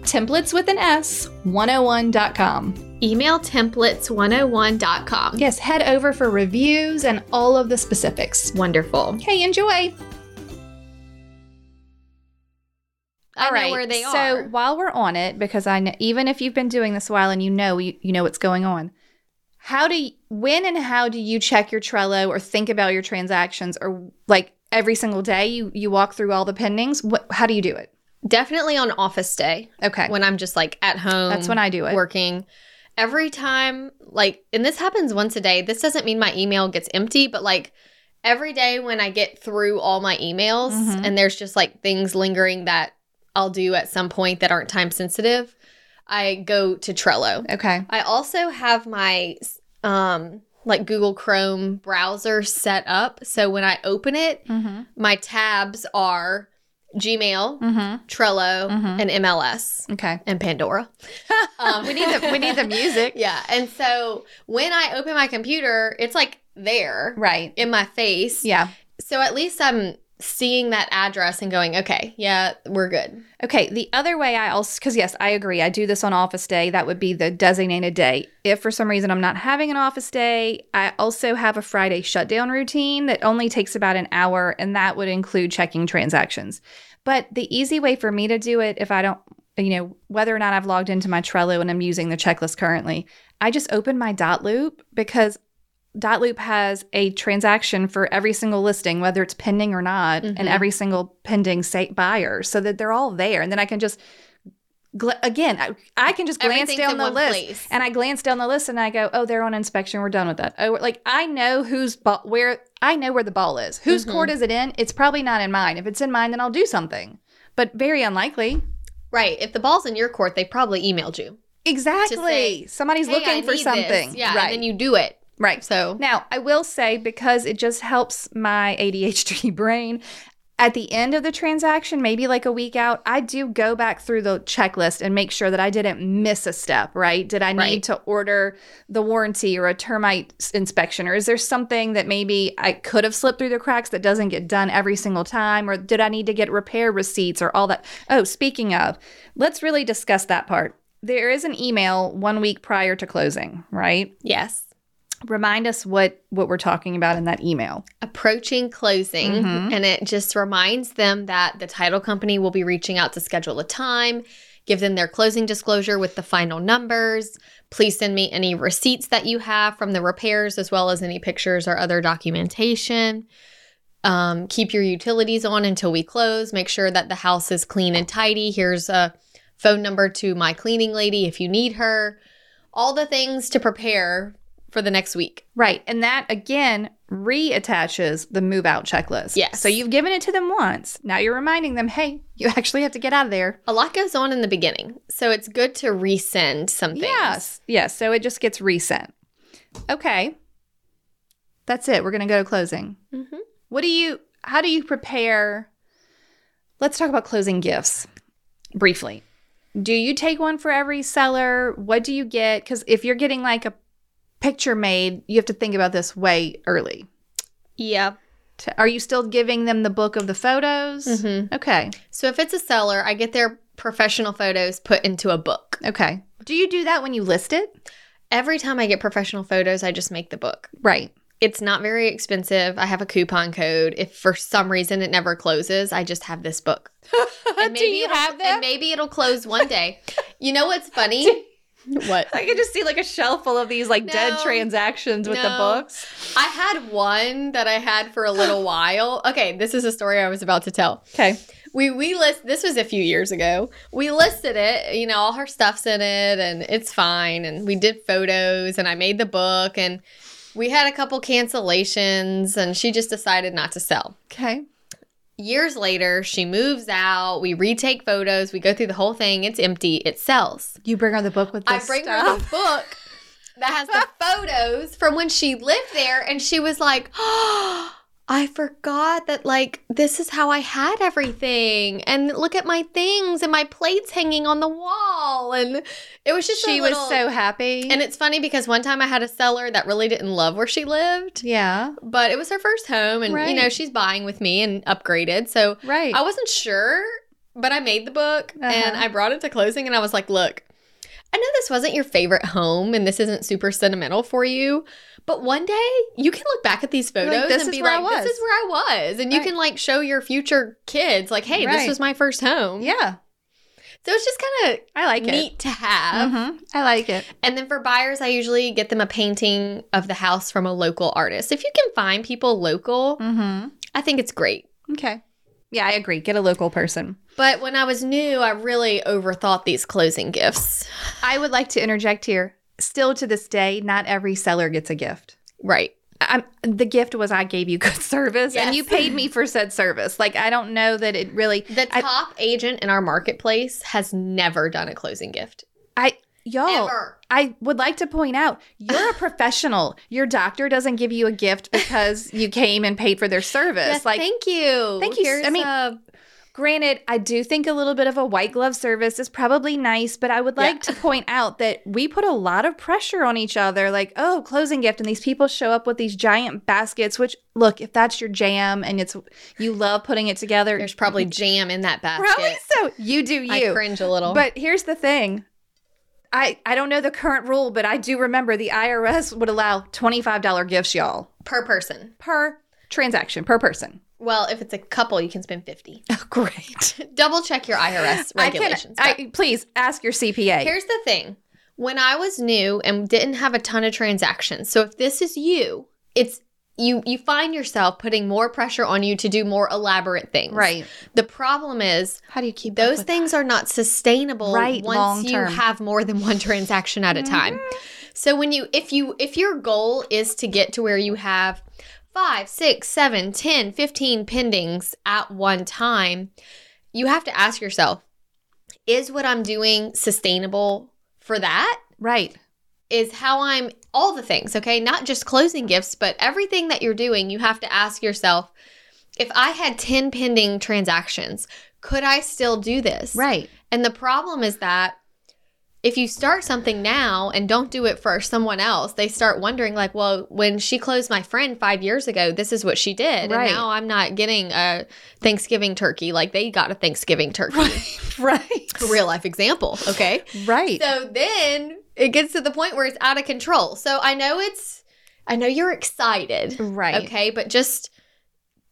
Speaker 1: templates with an S 101.com.
Speaker 3: Emailtemplates101.com.
Speaker 1: Yes, head over for reviews and all of the specifics.
Speaker 3: Wonderful.
Speaker 1: Okay, enjoy.
Speaker 3: I know
Speaker 1: All right,
Speaker 3: where they
Speaker 1: So
Speaker 3: are.
Speaker 1: while we're on it, because I know, even if you've been doing this a while and you know you, you know what's going on, how do you, when and how do you check your Trello or think about your transactions or like every single day you you walk through all the pendings? What how do you do it?
Speaker 3: Definitely on office day
Speaker 1: Okay,
Speaker 3: when I'm just like at home.
Speaker 1: that's when I do it.
Speaker 3: working. Every time, like, and this happens once a day. This doesn't mean my email gets empty, but like every day when I get through all my emails
Speaker 1: Mhm.
Speaker 3: and there's just like things lingering that I'll do at some point that aren't time sensitive, I go to Trello.
Speaker 1: Okay,
Speaker 3: I also have my um like Google Chrome browser set up. So when I open it,
Speaker 1: mm-hmm.
Speaker 3: my tabs are Gmail,
Speaker 1: Mm-hmm.
Speaker 3: Trello,
Speaker 1: Mhm.
Speaker 3: and MLS
Speaker 1: okay.
Speaker 3: and Pandora. Um,
Speaker 1: we need the we need the music.
Speaker 3: yeah. And so when I open my computer, it's like there
Speaker 1: Right.
Speaker 3: in my face.
Speaker 1: Yeah.
Speaker 3: So at least I'm seeing that address and going, okay, yeah, we're good.
Speaker 1: Okay, the other way I also, because yes, I agree. I do this on office day. That would be the designated day. If for some reason I'm not having an office day, I also have a Friday shutdown routine that only takes about an hour, and that would include checking transactions. But the easy way for me to do it, if I don't, you know, whether or not I've logged into my Trello and I'm using the checklist currently, I just open my dot loop because dot loop has a transaction for every single listing whether it's pending or not
Speaker 3: Mhm.
Speaker 1: and every single pending say, buyer so that they're all there and then i can just gl- again I, I can just glance
Speaker 3: Everything's
Speaker 1: down
Speaker 3: in
Speaker 1: the
Speaker 3: one
Speaker 1: list
Speaker 3: place.
Speaker 1: and i glance down the list and i go oh they're on inspection we're done with that oh like i know who's ball where i know where the ball is whose
Speaker 3: Mhm.
Speaker 1: court is it in it's probably not in mine if it's in mine then i'll do something but very unlikely
Speaker 3: right. If the ball's in your court, they probably emailed you.
Speaker 1: exactly somebody's
Speaker 3: Hey,
Speaker 1: looking
Speaker 3: I
Speaker 1: for
Speaker 3: need this.
Speaker 1: something
Speaker 3: Yeah.
Speaker 1: right
Speaker 3: And then you do it.
Speaker 1: right
Speaker 3: So
Speaker 1: Now, I will say because it just helps my ADHD brain. At the end of the transaction, maybe like a week out, I do go back through the checklist and make sure that I didn't miss a step, right? Did I need
Speaker 3: Right.
Speaker 1: to order the warranty or a termite s- inspection? Or is there something that maybe I could have slipped through the cracks that doesn't get done every single time? Or did I need to get repair receipts or all that? Oh, speaking of, let's really discuss that part. There is an email one week prior to closing, right?
Speaker 3: yes.
Speaker 1: remind us what what we're talking about in that email.
Speaker 3: Approaching closing,
Speaker 1: Mhm.
Speaker 3: and it just reminds them that the title company will be reaching out to schedule a time, give them their closing disclosure with the final numbers. Please send me any receipts that you have from the repairs, as well as any pictures or other documentation. Um, keep your utilities on until we close. Make sure that the house is clean and tidy. Here's a phone number to my cleaning lady if you need her. All the things to prepare for the next week.
Speaker 1: Right. And that again reattaches the move out checklist.
Speaker 3: Yes.
Speaker 1: So you've given it to them once. Now you're reminding them, hey, you actually have to get out of there.
Speaker 3: A lot goes on in the beginning, so it's good to resend something.
Speaker 1: Yes. Yes. So it just gets resent. Okay. That's it. We're gonna go to closing.
Speaker 3: Mhm.
Speaker 1: What do you how do you prepare? Let's talk about closing gifts briefly. Do you take one for every seller? What do you get? Cuz if you're getting like a picture made, you have to think about this way early.
Speaker 3: Yeah.
Speaker 1: T- Are you still giving them the book of the photos?
Speaker 3: hmm
Speaker 1: Okay.
Speaker 3: So if it's a seller, I get their professional photos put into a book.
Speaker 1: Okay. Do you do that when you list it?
Speaker 3: Every time I get professional photos, I just make the book.
Speaker 1: Right.
Speaker 3: It's not very expensive. I have a coupon code. If for some reason it never closes, I just have this book. And
Speaker 1: do you
Speaker 3: it'll-
Speaker 1: have
Speaker 3: And
Speaker 1: them?
Speaker 3: maybe it'll close one day. you know what's funny? what?
Speaker 4: I could just see like a shelf full of these like
Speaker 3: No.
Speaker 4: dead transactions with the
Speaker 3: No.
Speaker 4: books.
Speaker 3: I had one that I had for a little while. Okay, this is a story I was about to tell.
Speaker 1: Okay.
Speaker 3: we we list this was a few years ago. We listed it, you know, all her stuff's in it and it's fine and we did photos and I made the book and we had a couple cancellations and she just decided not to sell.
Speaker 1: Okay.
Speaker 3: years later, she moves out. We retake photos. We go through the whole thing. It's empty. It sells.
Speaker 1: You bring her the book with
Speaker 3: I bring her the book that has the photos from when she lived there, and she was like, oh, I forgot that, like, this is how I had everything. And look at my things and my plates hanging on the wall. And it was just, a
Speaker 1: She was
Speaker 3: little-
Speaker 1: so happy.
Speaker 3: And it's funny because one time I had a seller that really didn't love where she lived,
Speaker 1: yeah,
Speaker 3: but it was her first home. And, you
Speaker 1: Right.
Speaker 3: know, she's buying with me and upgraded. So
Speaker 1: right.
Speaker 3: I wasn't sure, but I made the book and
Speaker 1: Uh-huh.
Speaker 3: I brought it to closing and I was like, look, I know this wasn't your favorite home and this isn't super sentimental for you, but one day you can look back at these
Speaker 1: like,
Speaker 3: photos
Speaker 1: "This
Speaker 3: and
Speaker 1: is
Speaker 3: be
Speaker 1: where I
Speaker 3: like, this
Speaker 1: was."
Speaker 3: is where I was. And you
Speaker 1: Right.
Speaker 3: can like show your future kids, like, hey, this
Speaker 1: Right.
Speaker 3: was my first home.
Speaker 1: yeah,
Speaker 3: So it's just kind of
Speaker 1: I like it.
Speaker 3: neat to have.
Speaker 1: Mhm. I like it.
Speaker 3: And then for buyers, I usually get them a painting of the house from a local artist. If you can find people local,
Speaker 1: Mm-hmm.
Speaker 3: I think it's great.
Speaker 1: Okay.
Speaker 5: Yeah, I agree.
Speaker 1: Get a local person.
Speaker 3: But when I was new, I really overthought these closing gifts.
Speaker 1: I would like to interject here. Still to this day, not every seller gets a gift.
Speaker 3: Right.
Speaker 1: I'm, the gift was I gave you good service and you
Speaker 3: Yes.
Speaker 1: paid me for said service. Like, I don't know that it really.
Speaker 3: The
Speaker 1: I-
Speaker 3: top agent in our marketplace has never done a closing gift.
Speaker 1: Y'all,
Speaker 3: Ever.
Speaker 1: I would like to point out you're a professional. Your doctor doesn't give you a gift because you came and paid for their service.
Speaker 3: Yes,
Speaker 1: like,
Speaker 3: thank you.
Speaker 1: Thank you.
Speaker 3: Here's
Speaker 1: I mean,
Speaker 3: a-
Speaker 1: Granted, I do think a little bit of a white glove service is probably nice, but I would
Speaker 3: Yeah.
Speaker 1: like to point out that we put a lot of pressure on each other. Like, oh, closing gift, and these people show up with these giant baskets. Which, look, if that's your jam and it's you love putting it together,
Speaker 3: there's probably jam in that basket.
Speaker 1: probably so. You do
Speaker 3: I
Speaker 1: you.
Speaker 3: cringe a little.
Speaker 1: But here's the thing. I, I don't know the current rule, but I do remember the IRS would allow $25 gifts, y'all,
Speaker 3: per person.
Speaker 1: per transaction, per person.
Speaker 3: Well, if it's a couple, you can spend 50.
Speaker 1: Oh, Great.
Speaker 3: Double check your IRS
Speaker 1: I can,
Speaker 3: regulations. but-
Speaker 1: I, please ask your CPA.
Speaker 3: Here's the thing. When I was new and didn't have a ton of transactions, so if this is you, it's you you find yourself putting more pressure on you to do more elaborate things.
Speaker 1: right.
Speaker 3: The problem is
Speaker 1: How do you keep
Speaker 3: those things are not sustainable
Speaker 1: Right,
Speaker 3: once
Speaker 1: long
Speaker 3: you
Speaker 1: term. Mm-hmm.
Speaker 3: have more than one transaction at a time. So when you if you if your goal is to get to where you have five, six, seven, ten, fifteen pendings at one time, you have to ask yourself, is what I'm doing sustainable for that?
Speaker 1: Right.
Speaker 3: Is how I'm all the things, okay? Not just closing gifts, but everything that you're doing, you have to ask yourself, if I had 10 pending transactions, could I still do this?
Speaker 1: Right.
Speaker 3: And the problem is that if you start something now and don't do it for someone else, they start wondering, like, well, when she closed my friend five years ago, this is what she did.
Speaker 1: Right.
Speaker 3: And now I'm not getting a Thanksgiving turkey like they got a Thanksgiving turkey.
Speaker 1: Right.
Speaker 3: Real life example. Okay.
Speaker 1: Right.
Speaker 3: So then it gets to the point where it's out of control. So I know it's, I know you're excited.
Speaker 1: right.
Speaker 3: Okay. But just,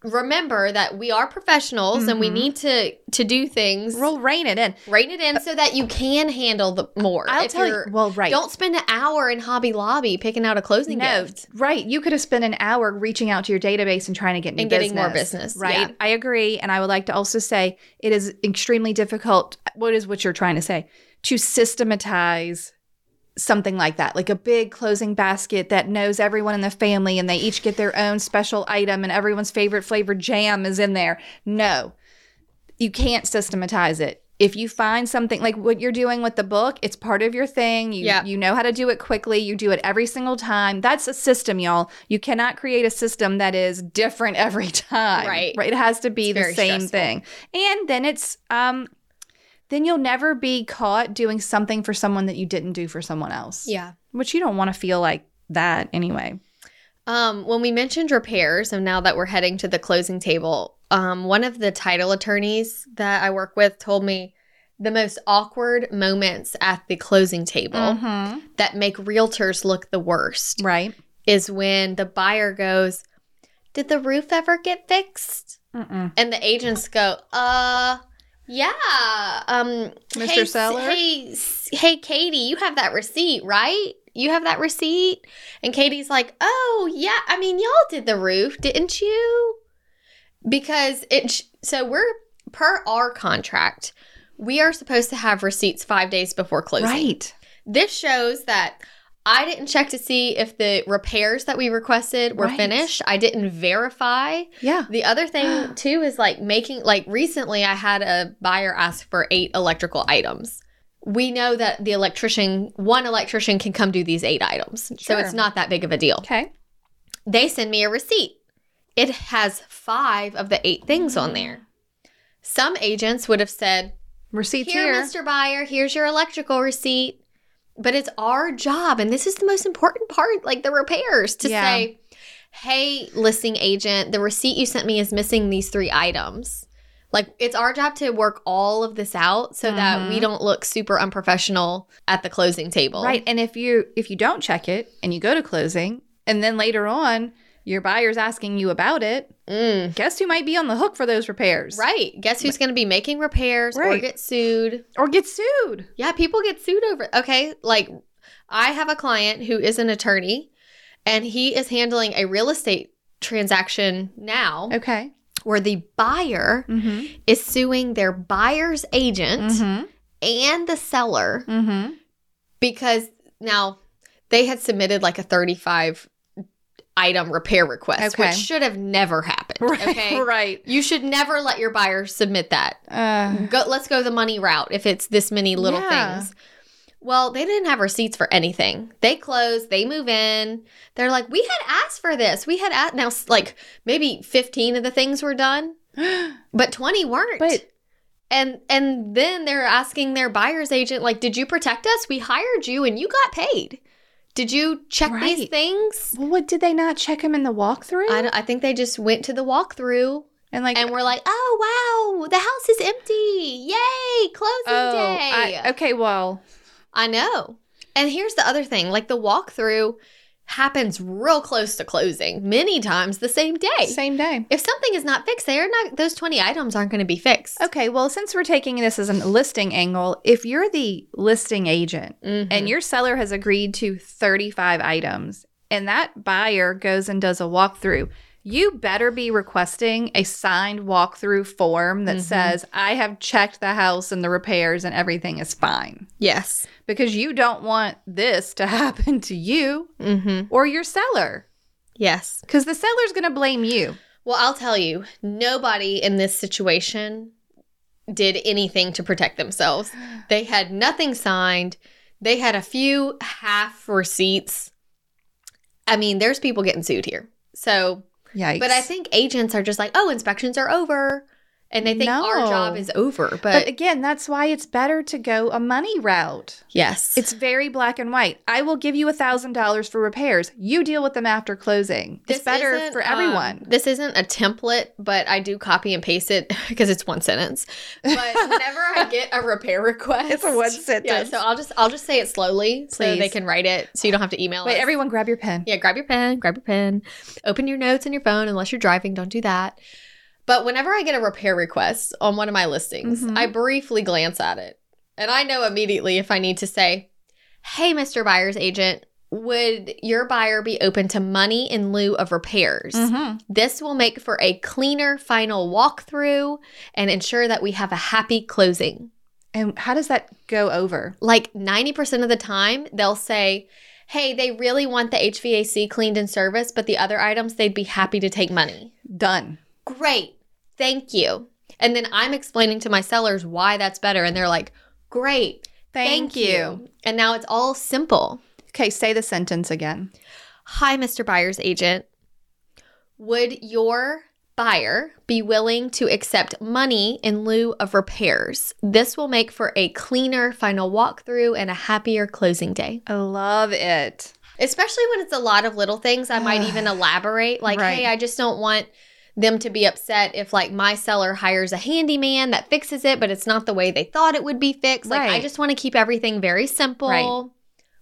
Speaker 3: remember that we are professionals and we
Speaker 1: Mhm.
Speaker 3: need to to do things
Speaker 1: We'll rein it in.
Speaker 3: Rein it in so that you can handle the more.
Speaker 1: I'll
Speaker 3: If
Speaker 1: tell you.
Speaker 3: you're-
Speaker 1: Well, right.
Speaker 3: Don't spend an hour in Hobby Lobby picking out a closing
Speaker 1: no.
Speaker 3: gift.
Speaker 1: Right. You could have spent an hour reaching out to your database and trying to get new
Speaker 3: And getting more business,
Speaker 1: Right.
Speaker 3: yeah.
Speaker 1: I agree. And I would like to also say it is extremely difficult. What is what you're trying to say? To systematize something like that, like a big closing basket that knows everyone in the family and they each get their own special item and everyone's favorite flavored jam is in there. No, you can't systematize it. If you find something like what you're doing with the book, it's part of your thing. You,
Speaker 3: Yeah.
Speaker 1: you know how to do it quickly. You do it every single time. That's a system, y'all. You cannot create a system that is different every time.
Speaker 3: Right.
Speaker 1: It has to be
Speaker 3: It's
Speaker 1: the
Speaker 3: very
Speaker 1: same
Speaker 3: stressful.
Speaker 1: thing. And then it's um then you'll never be caught doing something for someone that you didn't do for someone else.
Speaker 3: Yeah.
Speaker 1: Which you don't want to feel like that anyway.
Speaker 3: Um, when we mentioned repairs, and now that we're heading to the closing table, um, one of the title attorneys that I work with told me the most awkward moments at the closing table
Speaker 1: Mm-hmm.
Speaker 3: that make realtors look the worst
Speaker 1: Right.
Speaker 3: is when the buyer goes, Did the roof ever get fixed?
Speaker 1: Mm-mm.
Speaker 3: and the agents go, uh, yeah, um,
Speaker 1: Mr.
Speaker 3: Hey, s-
Speaker 1: Seller?
Speaker 3: hey, s- hey, Katie, you have that receipt, right? You have that receipt, and Katie's like, oh yeah, I mean, y'all did the roof, didn't you? Because it, sh- so we're per our contract, we are supposed to have receipts five days before closing.
Speaker 1: Right.
Speaker 3: This shows that I didn't check to see if the repairs that we requested were
Speaker 1: Right.
Speaker 3: finished. I didn't verify.
Speaker 1: Yeah.
Speaker 3: The other thing too is like making like recently I had a buyer ask for eight electrical items. We know that the electrician, one electrician can come do these eight items. So
Speaker 1: Sure.
Speaker 3: it's not that big of a deal.
Speaker 1: Okay.
Speaker 3: They send me a receipt. It has 5 of the eight things on there. Some agents would have said,
Speaker 5: Receipts
Speaker 3: here,
Speaker 5: here.
Speaker 3: Mr. Buyer, here's your electrical receipt. But it's our job, and this is the most important part, like the repairs, to
Speaker 1: Yeah.
Speaker 3: say, hey, listing agent, the receipt you sent me is missing these three items. Like it's our job to work all of this out so that
Speaker 1: Mm-hmm.
Speaker 3: we don't look super unprofessional at the closing table.
Speaker 1: Right. And if you if you don't check it and you go to closing and then later on your buyer's asking you about it,
Speaker 3: Mm.
Speaker 1: guess who might be on the hook for those repairs?
Speaker 3: Right. Guess who's going to be making repairs or
Speaker 1: Right.
Speaker 3: get sued?
Speaker 1: Or get sued.
Speaker 3: Yeah, people get sued over. Okay, like I have a client who is an attorney and he is handling a real estate transaction now
Speaker 1: Okay.
Speaker 3: where the buyer
Speaker 1: Mm-hmm.
Speaker 3: is suing their buyer's agent
Speaker 1: Mm-hmm.
Speaker 3: and the seller
Speaker 1: Mm-hmm.
Speaker 3: because now they had submitted like a 35 item repair request
Speaker 1: Okay.
Speaker 3: which should have never happened
Speaker 1: Right.
Speaker 3: okay
Speaker 1: Right.
Speaker 3: you should never let your buyer submit that
Speaker 1: Uh,
Speaker 3: go let's go the money route if it's this many little
Speaker 1: Yeah.
Speaker 3: things well they didn't have receipts for anything they close they move in they're like we had asked for this we had asked now s- like maybe 15 of the things were done but 20 weren't
Speaker 1: But-
Speaker 3: and and then they're asking their buyer's agent like did you protect us we hired you and you got paid did you check these
Speaker 1: Right.
Speaker 3: things
Speaker 1: well, what did they not check him in the walkthrough?
Speaker 3: I, don't- I think they just went to the walkthrough
Speaker 1: and like
Speaker 3: and we're like, oh wow, the house is empty. Yay, closing
Speaker 1: oh,
Speaker 3: day.
Speaker 1: I,
Speaker 3: I,
Speaker 1: okay, well,
Speaker 3: know. And here's the other thing like the walkthrough happens real close to closing, many times the same day.
Speaker 1: same day.
Speaker 3: If something is not fixed, they are not those 20 items aren't gonna be fixed.
Speaker 1: Okay, well, since we're taking this as a listing angle, if you're the listing agent
Speaker 3: Mhm.
Speaker 1: and your seller has agreed to 35 items and that buyer goes and does a walkthrough, you better be requesting a signed walkthrough form that
Speaker 3: Mhm.
Speaker 1: says, I have checked the house and the repairs and everything is fine.
Speaker 3: Yes.
Speaker 1: Because you don't want this to happen to you
Speaker 3: Mm-hmm.
Speaker 1: or your seller.
Speaker 3: Yes.
Speaker 1: Because the seller's going to blame you.
Speaker 3: Well, I'll tell you, nobody in this situation did anything to protect themselves. They had nothing signed. They had a few half receipts. I mean, there's people getting sued here. So,
Speaker 1: Yikes.
Speaker 3: but I think agents are just like, oh, inspections are over. And they think our
Speaker 1: No.
Speaker 3: job is over. But,
Speaker 1: But again, that's why it's better to go a money route.
Speaker 3: yes.
Speaker 1: It's very black and white. I will give you a thousand dollars for repairs. You deal with them after closing. it's better
Speaker 3: isn't,
Speaker 1: for
Speaker 3: um,
Speaker 1: everyone.
Speaker 3: this isn't a template, but I do copy and paste it because it's one sentence. But whenever I get a repair request,
Speaker 1: It's a one
Speaker 3: Yeah,
Speaker 1: sentence.
Speaker 3: so I'll just I'll just say it slowly so they
Speaker 1: Please.
Speaker 3: can write it, so you don't have to email.
Speaker 1: Wait,
Speaker 3: us.
Speaker 1: everyone, grab your pen.
Speaker 3: Yeah, grab your pen, grab your pen, open your notes on your phone. Unless you're driving, don't do that. But whenever I get a repair request on one of my listings,
Speaker 1: Mhm.
Speaker 3: I briefly glance at it and I know immediately if I need to say, Hey, Mr. Buyer's agent, would your buyer be open to money in lieu of repairs?
Speaker 1: Mm-hmm.
Speaker 3: This will make for a cleaner final walkthrough and ensure that we have a happy closing
Speaker 1: And how does that go over?
Speaker 3: like 90% of the time they'll say hey they really want the hvac cleaned and serviced but the other items they'd be happy to take money
Speaker 1: Done.
Speaker 3: great thank you and then i'm explaining to my sellers why that's better and they're like great thank, you. and now it's all simple
Speaker 1: Okay, say the sentence again.
Speaker 3: hi mr buyer's agent would your buyer be willing to accept money in lieu of repairs this will make for a cleaner final walkthrough and a happier closing day
Speaker 1: I love it.
Speaker 3: especially when it's a lot of little things i might even elaborate like
Speaker 1: Right.
Speaker 3: hey i just don't want them to be upset if like my seller hires a handyman that fixes it but it's not the way they thought it would be fixed like i
Speaker 1: Right.
Speaker 3: just want to keep everything very simple
Speaker 1: Right.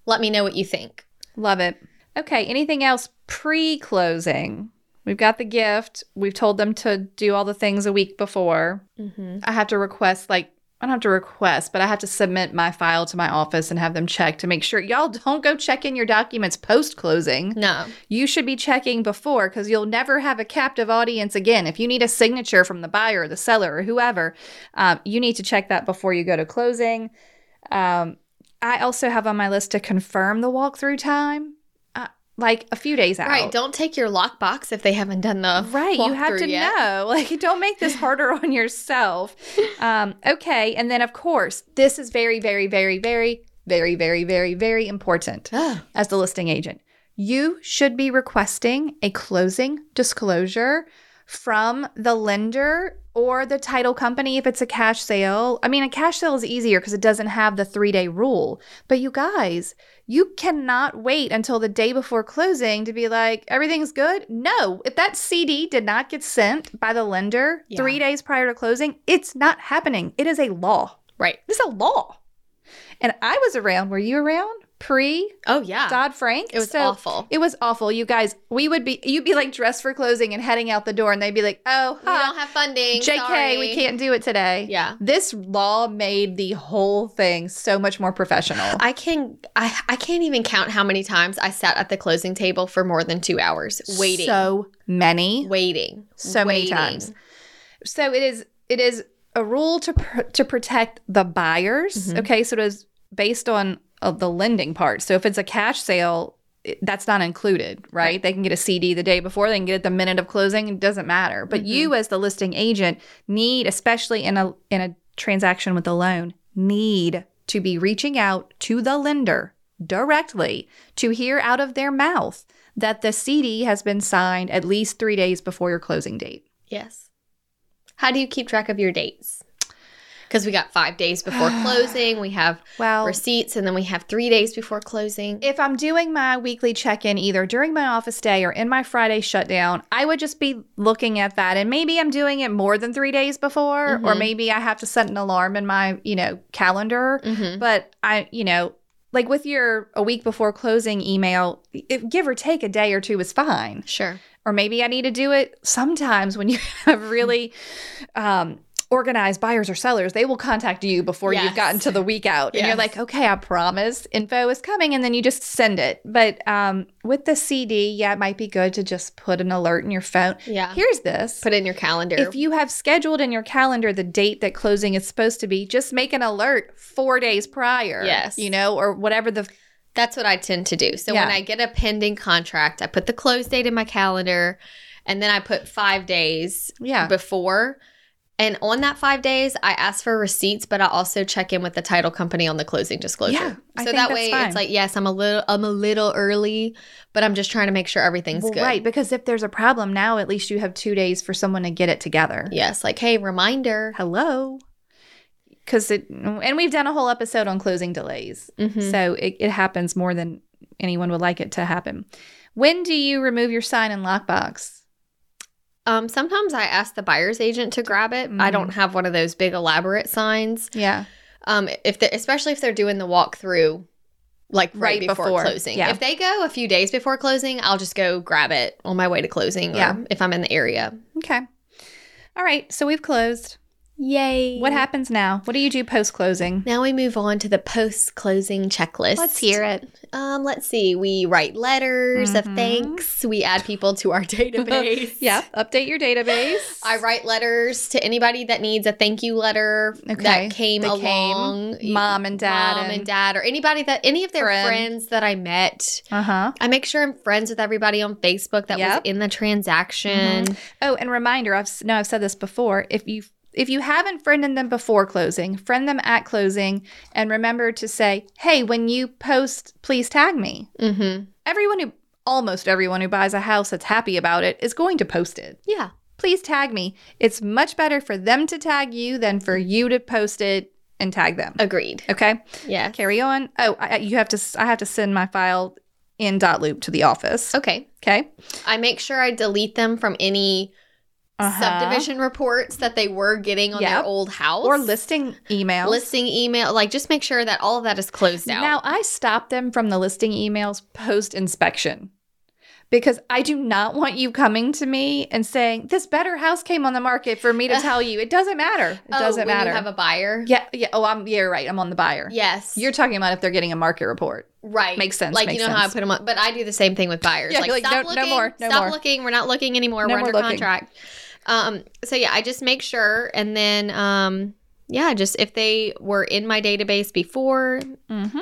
Speaker 3: let me know what you think
Speaker 1: Love it. Okay, anything else pre closing? We've got the gift. We've told them to do all the things a week before.
Speaker 3: mm-hmm.
Speaker 1: I have to request like I don't have to request, but I have to submit my file to my office and have them check to make sure y'all don't go check in your documents post closing.
Speaker 3: no
Speaker 1: You should be checking before because you'll never have a captive audience again. If you need a signature from the buyer, or the seller, or whoever, um, you need to check that before you go to closing. Um, I also have on my list to confirm the walkthrough time, uh, like a few days out.
Speaker 3: Right. Don't take your lockbox if they haven't done the
Speaker 1: Right, you have
Speaker 3: walkthrough
Speaker 1: to
Speaker 3: yet.
Speaker 1: know. Like, don't make this harder on yourself. Um, okay, and then of course, this is very, very, very, very, very, very, very, very important
Speaker 3: Ah,
Speaker 1: as the listing agent. You should be requesting a closing disclosure from the lender or the title company if it's a cash sale. I mean, a cash sale is easier because it doesn't have the three day rule. But you guys, you cannot wait until the day before closing to be like, everything's good. No, if that CD did not get sent by the lender
Speaker 3: Yeah.
Speaker 1: three days prior to closing, it's not happening. It is a law.
Speaker 3: right.
Speaker 1: It's a law. And I was around. Were you around pre
Speaker 3: Oh yeah.
Speaker 1: Dodd Frank?
Speaker 3: it was awful.
Speaker 1: It was awful. You guys, we would be, you'd be like dressed for closing and heading out the door, and they'd be like, oh,
Speaker 3: we
Speaker 1: huh,
Speaker 3: don't have funding.
Speaker 1: JK,
Speaker 3: sorry.
Speaker 1: we can't do it today.
Speaker 3: Yeah.
Speaker 1: This law made the whole thing so much more professional.
Speaker 3: I can I, I can't even count how many times I sat at the closing table for more than two hours waiting.
Speaker 1: So many.
Speaker 3: waiting.
Speaker 1: So many
Speaker 3: waiting.
Speaker 1: times. So it is, it is a rule to, pr- to protect the buyers.
Speaker 3: Mhm.
Speaker 1: Okay. So it is based on uh, the lending part. So if it's a cash sale, it- that's not included, right? They can get a CD the day before, they can get it the minute of closing, it doesn't matter. But you as the listing agent need, especially in a in a transaction with a loan, need to be reaching out to the lender directly to hear out of their mouth that the CD has been signed at least 3 days before your closing date.
Speaker 3: Yes. How do you keep track of your dates? Because we got five days before closing, we have
Speaker 1: Well,
Speaker 3: receipts, and then we have three days before closing.
Speaker 1: if I'm doing my weekly check in either during my office day or in my Friday shutdown, I would just be looking at that. And maybe I'm doing it more than three days before, or
Speaker 3: Mhm.
Speaker 1: maybe I have to set an alarm in my, you know, calendar.
Speaker 3: Mhm.
Speaker 1: But I, you know, like with your a week before closing email, if, give or take a day or two is fine.
Speaker 3: Sure.
Speaker 1: Or maybe I need to do it sometimes when you have really um, organized buyers or sellers. They will contact you before
Speaker 3: Yes.
Speaker 1: you've gotten to the week out. And you're
Speaker 3: Yes.
Speaker 1: like, okay, I promise info is coming. And then you just send it. But um, with the CD, yeah, it might be good to just put an alert in your phone.
Speaker 3: Yeah.
Speaker 1: Here's this.
Speaker 3: Put it in your calendar.
Speaker 1: If you have scheduled in your calendar the date that closing is supposed to be, just make an alert four days prior.
Speaker 3: Yes.
Speaker 1: You know, or whatever the.
Speaker 3: That's what I tend to do. So when
Speaker 1: Yeah.
Speaker 3: I get a pending contract, I put the close date in my calendar and then I put five days
Speaker 1: Yeah.
Speaker 3: before. And on that five days, I ask for receipts, but I also check in with the title company on the closing disclosure.
Speaker 1: Yeah, I
Speaker 3: so that
Speaker 1: think that's
Speaker 3: way
Speaker 1: fine.
Speaker 3: it's like, yes, I'm a little I'm a little early, but I'm just trying to make sure everything's
Speaker 1: Well,
Speaker 3: good.
Speaker 1: right. Because if there's a problem now, at least you have two days for someone to get it together.
Speaker 3: Yes, like hey, reminder.
Speaker 1: hello because it and we've done a whole episode on closing delays
Speaker 3: Mhm.
Speaker 1: so it, it happens more than anyone would like it to happen when do you remove your sign and lockbox
Speaker 3: Um, sometimes I ask the buyer's agent to grab it. I
Speaker 1: Mm.
Speaker 3: don't have one of those big elaborate signs.
Speaker 1: yeah
Speaker 3: um if they especially if they're doing the walkthrough like right,
Speaker 1: Right
Speaker 3: before,
Speaker 1: before,
Speaker 3: closing
Speaker 1: yeah.
Speaker 3: if they go a few days before closing i'll just go grab it on my way to closing
Speaker 1: Yeah.
Speaker 3: or if i'm in the area
Speaker 1: okay all right so we've closed
Speaker 3: yay
Speaker 1: what happens now what do you do post closing
Speaker 3: now we move on to the post closing checklist
Speaker 1: it
Speaker 3: um let's see we write letters
Speaker 1: Mhm.
Speaker 3: of thanks we add people to our database
Speaker 1: yeah update your database
Speaker 3: I write letters to anybody that needs a thank you letter
Speaker 1: Okay.
Speaker 3: that came
Speaker 1: That came.
Speaker 3: along,
Speaker 1: Mom and dad
Speaker 3: mom and
Speaker 1: and-
Speaker 3: dad, or anybody that any of their
Speaker 1: Friend.
Speaker 3: friends that I met.
Speaker 1: uh-huh
Speaker 3: I make sure I'm friends with everybody on Facebook that
Speaker 1: Yep.
Speaker 3: was in the transaction.
Speaker 1: Oh, and reminder, I've s- no, I've said this before. If you if you haven't friended them before closing, friend them at closing, and remember to say, "Hey, when you post, please tag me."
Speaker 3: Mm-hmm.
Speaker 1: Everyone who almost everyone who buys a house that's happy about it is going to post it.
Speaker 3: Yeah.
Speaker 1: Please tag me. It's much better for them to tag you than for you to post it and tag them.
Speaker 3: Agreed.
Speaker 1: Okay,
Speaker 3: Yeah.
Speaker 1: carry on. Oh, I, I- you have to. s- I have to send my file in dot loop to the office.
Speaker 3: Okay.
Speaker 1: Okay.
Speaker 3: I make sure I delete them from any
Speaker 1: Uh-huh.
Speaker 3: subdivision reports that they were getting on their
Speaker 1: Yep.
Speaker 3: old house
Speaker 1: or listing email.
Speaker 3: listing email. Like, just make sure that all of that is closed out.
Speaker 1: Now, I stop them from the listing emails post inspection because I do not want you coming to me and saying, This better house came on the market for me to tell you. It doesn't matter. It
Speaker 3: Oh,
Speaker 1: doesn't
Speaker 3: when
Speaker 1: matter.
Speaker 3: You have a buyer.
Speaker 1: yeah, yeah. Oh, I'm, yeah, you're right. I'm on the buyer.
Speaker 3: Yes.
Speaker 1: You're talking about if they're getting a market report.
Speaker 3: right.
Speaker 1: makes sense,
Speaker 3: Like
Speaker 1: makes
Speaker 3: you know how I
Speaker 1: sense.
Speaker 3: put them on, but I do the same thing with buyers.
Speaker 1: Yeah,
Speaker 3: like,
Speaker 1: you're like,
Speaker 3: stop
Speaker 1: no- no
Speaker 3: looking,
Speaker 1: more, no
Speaker 3: stop
Speaker 1: more.
Speaker 3: looking. We're not looking anymore.
Speaker 1: No
Speaker 3: We're
Speaker 1: more
Speaker 3: under
Speaker 1: looking.
Speaker 3: contract. Um. So yeah, I just make sure, and then um, yeah, just if they were in my database before,
Speaker 1: Mm-hmm.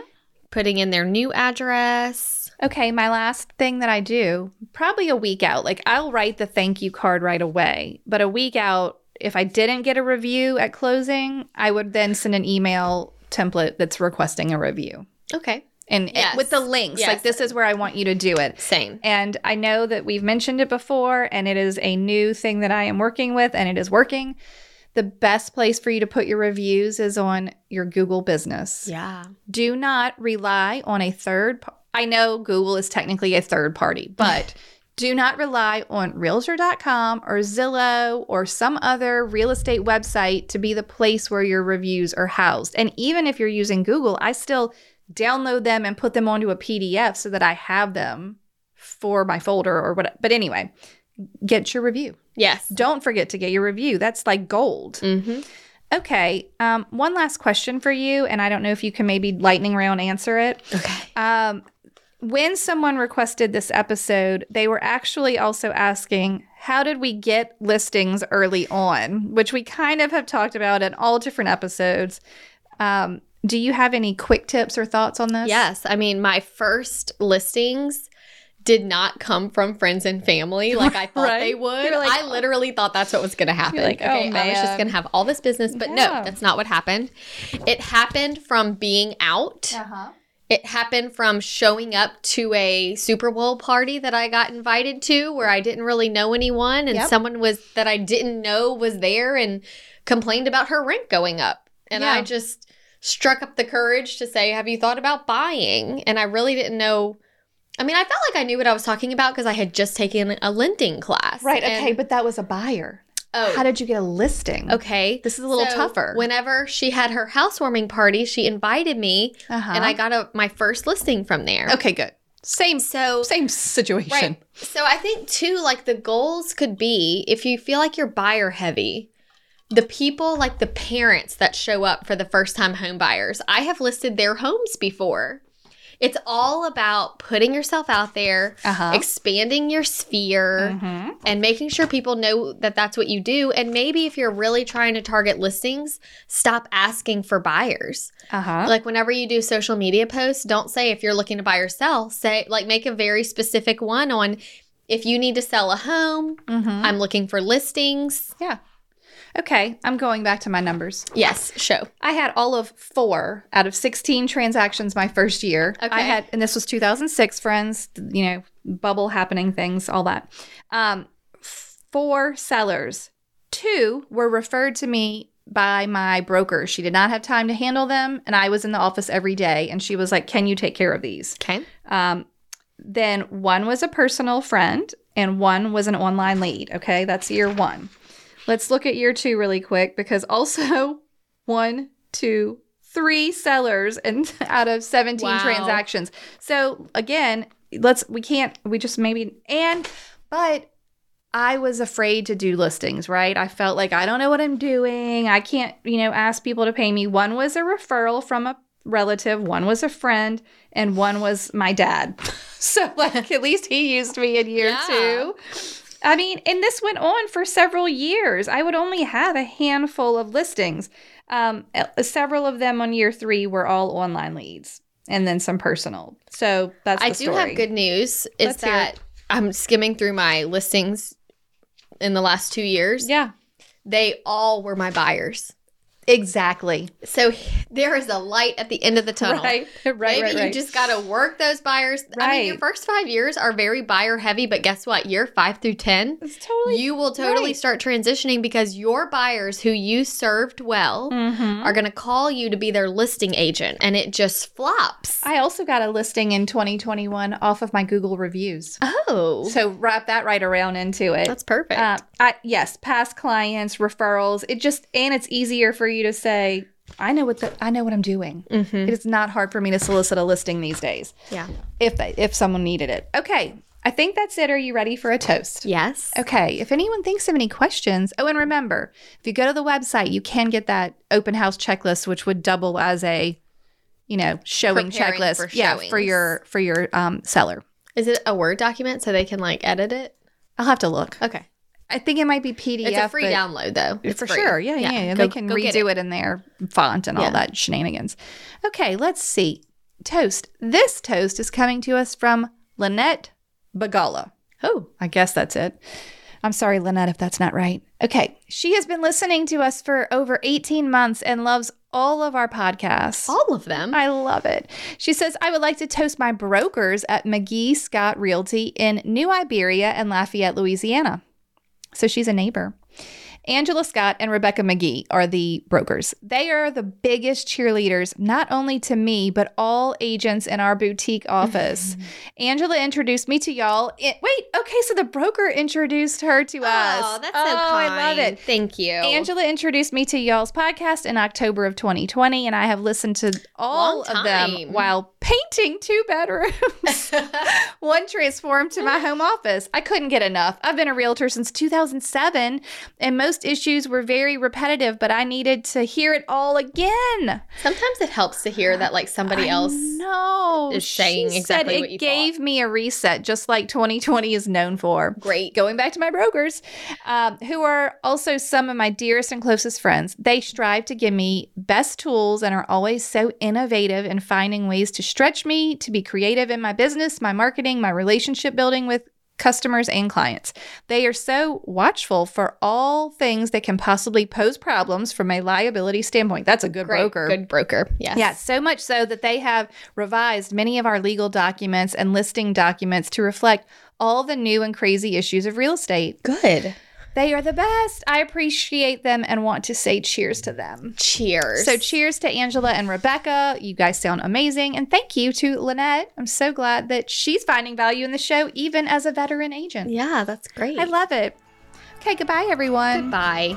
Speaker 3: putting in their new address.
Speaker 1: Okay, my last thing that I do, probably a week out, like I'll write the thank you card right away. But a week out, if I didn't get a review at closing, I would then send an email template that's requesting a review
Speaker 3: Okay.
Speaker 1: and, and
Speaker 3: Yes.
Speaker 1: with the links,
Speaker 3: Yes.
Speaker 1: like this is where I want you to do it.
Speaker 3: Same.
Speaker 1: And I know that we've mentioned it before, and it is a new thing that I am working with, and it is working. The best place for you to put your reviews is on your Google business
Speaker 3: Yeah.
Speaker 1: do not rely on a third par- I know Google is technically a third party, but do not rely on realtor.com or Zillow or some other real estate website to be the place where your reviews are housed. And even if you're using Google, I still download them and put them onto a PDF so that I have them for my folder or what but anyway, get your review.
Speaker 3: Yes.
Speaker 1: Don't forget to get your review. That's like gold.
Speaker 3: Mm-hmm.
Speaker 1: Okay. Um, one last question for you, and I don't know if you can maybe lightning round answer it.
Speaker 3: Okay.
Speaker 1: Um, when someone requested this episode, they were actually also asking, how did we get listings early on? Which we kind of have talked about in all different episodes. Um, do you have any quick tips or thoughts on this?
Speaker 3: Yes. I mean, my first listings did not come from friends and family like I thought
Speaker 1: Right.
Speaker 3: they would.
Speaker 1: You're like,
Speaker 3: I literally thought that's what was going to happen.
Speaker 1: like,
Speaker 3: okay,
Speaker 1: oh,
Speaker 3: I was just
Speaker 1: man.
Speaker 3: going to have all this business, but no,
Speaker 1: Yeah.
Speaker 3: that's not what happened. It happened from being out.
Speaker 1: Uh-huh.
Speaker 3: It happened from showing up to a Super Bowl party that I got invited to where I didn't really know anyone and
Speaker 1: Yep.
Speaker 3: someone was that I didn't know was there and complained about her rent going up. And I
Speaker 1: Yeah.
Speaker 3: just struck up the courage to say, "Have you thought about buying?" And I really didn't know I mean, I felt like I knew what I was talking about because I had just taken a lending class.
Speaker 1: Right. Okay.
Speaker 3: And-
Speaker 1: But that was a buyer.
Speaker 3: oh,
Speaker 1: How did you get a listing?
Speaker 3: okay.
Speaker 1: This is a little
Speaker 3: So,
Speaker 1: tougher.
Speaker 3: Whenever she had her housewarming party, she invited me
Speaker 1: uh-huh.
Speaker 3: and I got a, my first listing from there.
Speaker 1: okay, good. Same,
Speaker 3: So
Speaker 1: same situation.
Speaker 3: Right. So I think too, like the goals could be if you feel like you're buyer heavy, the people like the parents that show up for the first time home buyers. I have listed their homes before. It's all about putting yourself out there,
Speaker 1: Uh-huh.
Speaker 3: expanding your sphere,
Speaker 1: Mhm.
Speaker 3: and making sure people know that that's what you do. And maybe if you're really trying to target listings, stop asking for buyers.
Speaker 1: Uh-huh.
Speaker 3: Like whenever you do social media posts, don't say if you're looking to buy or sell. Say like make a very specific one on if you need to sell a home,
Speaker 1: Mhm.
Speaker 3: I'm looking for listings.
Speaker 1: Okay, I'm going back to my numbers.
Speaker 3: Yes, show.
Speaker 1: I had all of four out of 16 transactions my first year. I
Speaker 3: Okay.
Speaker 1: had, and this was 2006, friends, you know, bubble happening things, all that. Um, four sellers. Two were referred to me by my broker. She did not have time to handle them, and I was in the office every day, and she was like, Can you take care of these?
Speaker 3: Okay.
Speaker 1: Um, then one was a personal friend and one was an online lead. Okay, that's year one. Let's look at year two really quick because also one, two, three sellers and out of 17
Speaker 3: Wow.
Speaker 1: transactions. So again, let's we can't we just maybe and but I was afraid to do listings, right? I felt like I don't know what I'm doing. I can't, you know, ask people to pay me. One was a referral from a relative, one was a friend, and one was my dad. so like at least he used me in year
Speaker 3: Yeah.
Speaker 1: two. I mean, and this went on for several years. I would only have a handful of listings. Um, e- several of them on year three were all online leads, and then some personal. So that's
Speaker 3: I
Speaker 1: the
Speaker 3: do
Speaker 1: story.
Speaker 3: have good news is
Speaker 1: Let's hear
Speaker 3: that I'm skimming through my listings in the last 2 years.
Speaker 1: Yeah,
Speaker 3: They all were my buyers.
Speaker 1: exactly.
Speaker 3: So there is a light at the end of the tunnel.
Speaker 1: Right, right,
Speaker 3: Maybe
Speaker 1: right,
Speaker 3: you
Speaker 1: right.
Speaker 3: just got to work those buyers. I mean, your
Speaker 1: Right.
Speaker 3: first five years are very buyer heavy, but guess what? Year five through 10,
Speaker 1: It's totally
Speaker 3: you will totally
Speaker 1: right.
Speaker 3: start transitioning because your buyers who you served well
Speaker 1: Mhm.
Speaker 3: are going to call you to be their listing agent and it just flops.
Speaker 1: I also got a listing in 2021 off of my Google reviews.
Speaker 3: oh,
Speaker 1: So wrap that right around into it.
Speaker 3: that's perfect.
Speaker 1: Uh, I, yes, past clients, referrals. It just and it's easier for you to say, I know what the, I know what I'm doing.
Speaker 3: hmm
Speaker 1: It is not hard for me to solicit a listing these days.
Speaker 3: Yeah.
Speaker 1: If they, if someone needed it. Okay. I think that's it. Are you ready for a toast?
Speaker 3: Yes.
Speaker 1: Okay, if anyone thinks of any questions, oh, and remember, if you go to the website, you can get that open house checklist, which would double as a, you know, showing
Speaker 3: Preparing
Speaker 1: checklist,
Speaker 3: for
Speaker 1: yeah, for
Speaker 3: showings.
Speaker 1: your for your um, seller.
Speaker 3: Is it a Word document so they can like edit it?
Speaker 1: I'll have to look.
Speaker 3: Okay.
Speaker 1: I think it might be PDF.
Speaker 3: It's a free
Speaker 1: but-
Speaker 3: download though. It's
Speaker 1: for
Speaker 3: free.
Speaker 1: sure. Yeah, yeah,
Speaker 3: Yeah,
Speaker 1: yeah.
Speaker 3: go-
Speaker 1: They can
Speaker 3: go get
Speaker 1: redo it. in their font and
Speaker 3: Yeah.
Speaker 1: all that shenanigans. Okay, let's see. Toast. This toast is coming to us from Lynette Bagala. Oh, I guess that's it. I'm sorry, Lynette, if that's not right. Okay, she has been listening to us for over 18 months and loves all of our podcasts.
Speaker 3: All of them.
Speaker 1: I love it. She says, I would like to toast my brokers at McGee Scott Realty in New Iberia and Lafayette, Louisiana. So she's a neighbor. Angela Scott and Rebecca McGee are the brokers. They are the biggest cheerleaders, not only to me, but all agents in our boutique office. Angela introduced me to y'all. It, wait, okay, so the broker introduced her to us.
Speaker 3: Oh, that's so kind.
Speaker 1: I love it.
Speaker 3: Thank you.
Speaker 1: Angela introduced me to y'all's podcast in October of 2020, and I have listened to all
Speaker 3: Long
Speaker 1: of them
Speaker 3: time.
Speaker 1: while painting two bedrooms. One transformed to
Speaker 3: Mm.
Speaker 1: my home office. I couldn't get enough. I've been a realtor since 2007, and most issues were very repetitive, but I needed to hear it all again.
Speaker 3: Sometimes it helps to hear that like somebody else.
Speaker 1: No,
Speaker 3: is saying
Speaker 1: she
Speaker 3: exactly
Speaker 1: said
Speaker 3: what
Speaker 1: it
Speaker 3: you thought.
Speaker 1: gave me a reset, just like 2020 is known for
Speaker 3: Great.
Speaker 1: going back to my brokers, um, who are also some of my dearest and closest friends. They strive to give me best tools and are always so innovative in finding ways to stretch me, to be creative in my business, my marketing, my relationship building with customers and clients. They are so watchful for all things that can possibly pose problems from a liability standpoint. That's a good
Speaker 3: Great.
Speaker 1: broker.
Speaker 3: Good broker. Yes.
Speaker 1: Yeah, so much so that they have revised many of our legal documents and listing documents to reflect all the new and crazy issues of real estate.
Speaker 3: Good.
Speaker 1: They are the best. I appreciate them and want to say cheers to them.
Speaker 3: Cheers.
Speaker 1: So, cheers to Angela and Rebecca. You guys sound amazing. And thank you to Lynette. I'm so glad that she's finding value in the show, even as a veteran agent.
Speaker 3: yeah, that's great.
Speaker 1: I love it. Okay, goodbye, everyone.
Speaker 3: Goodbye.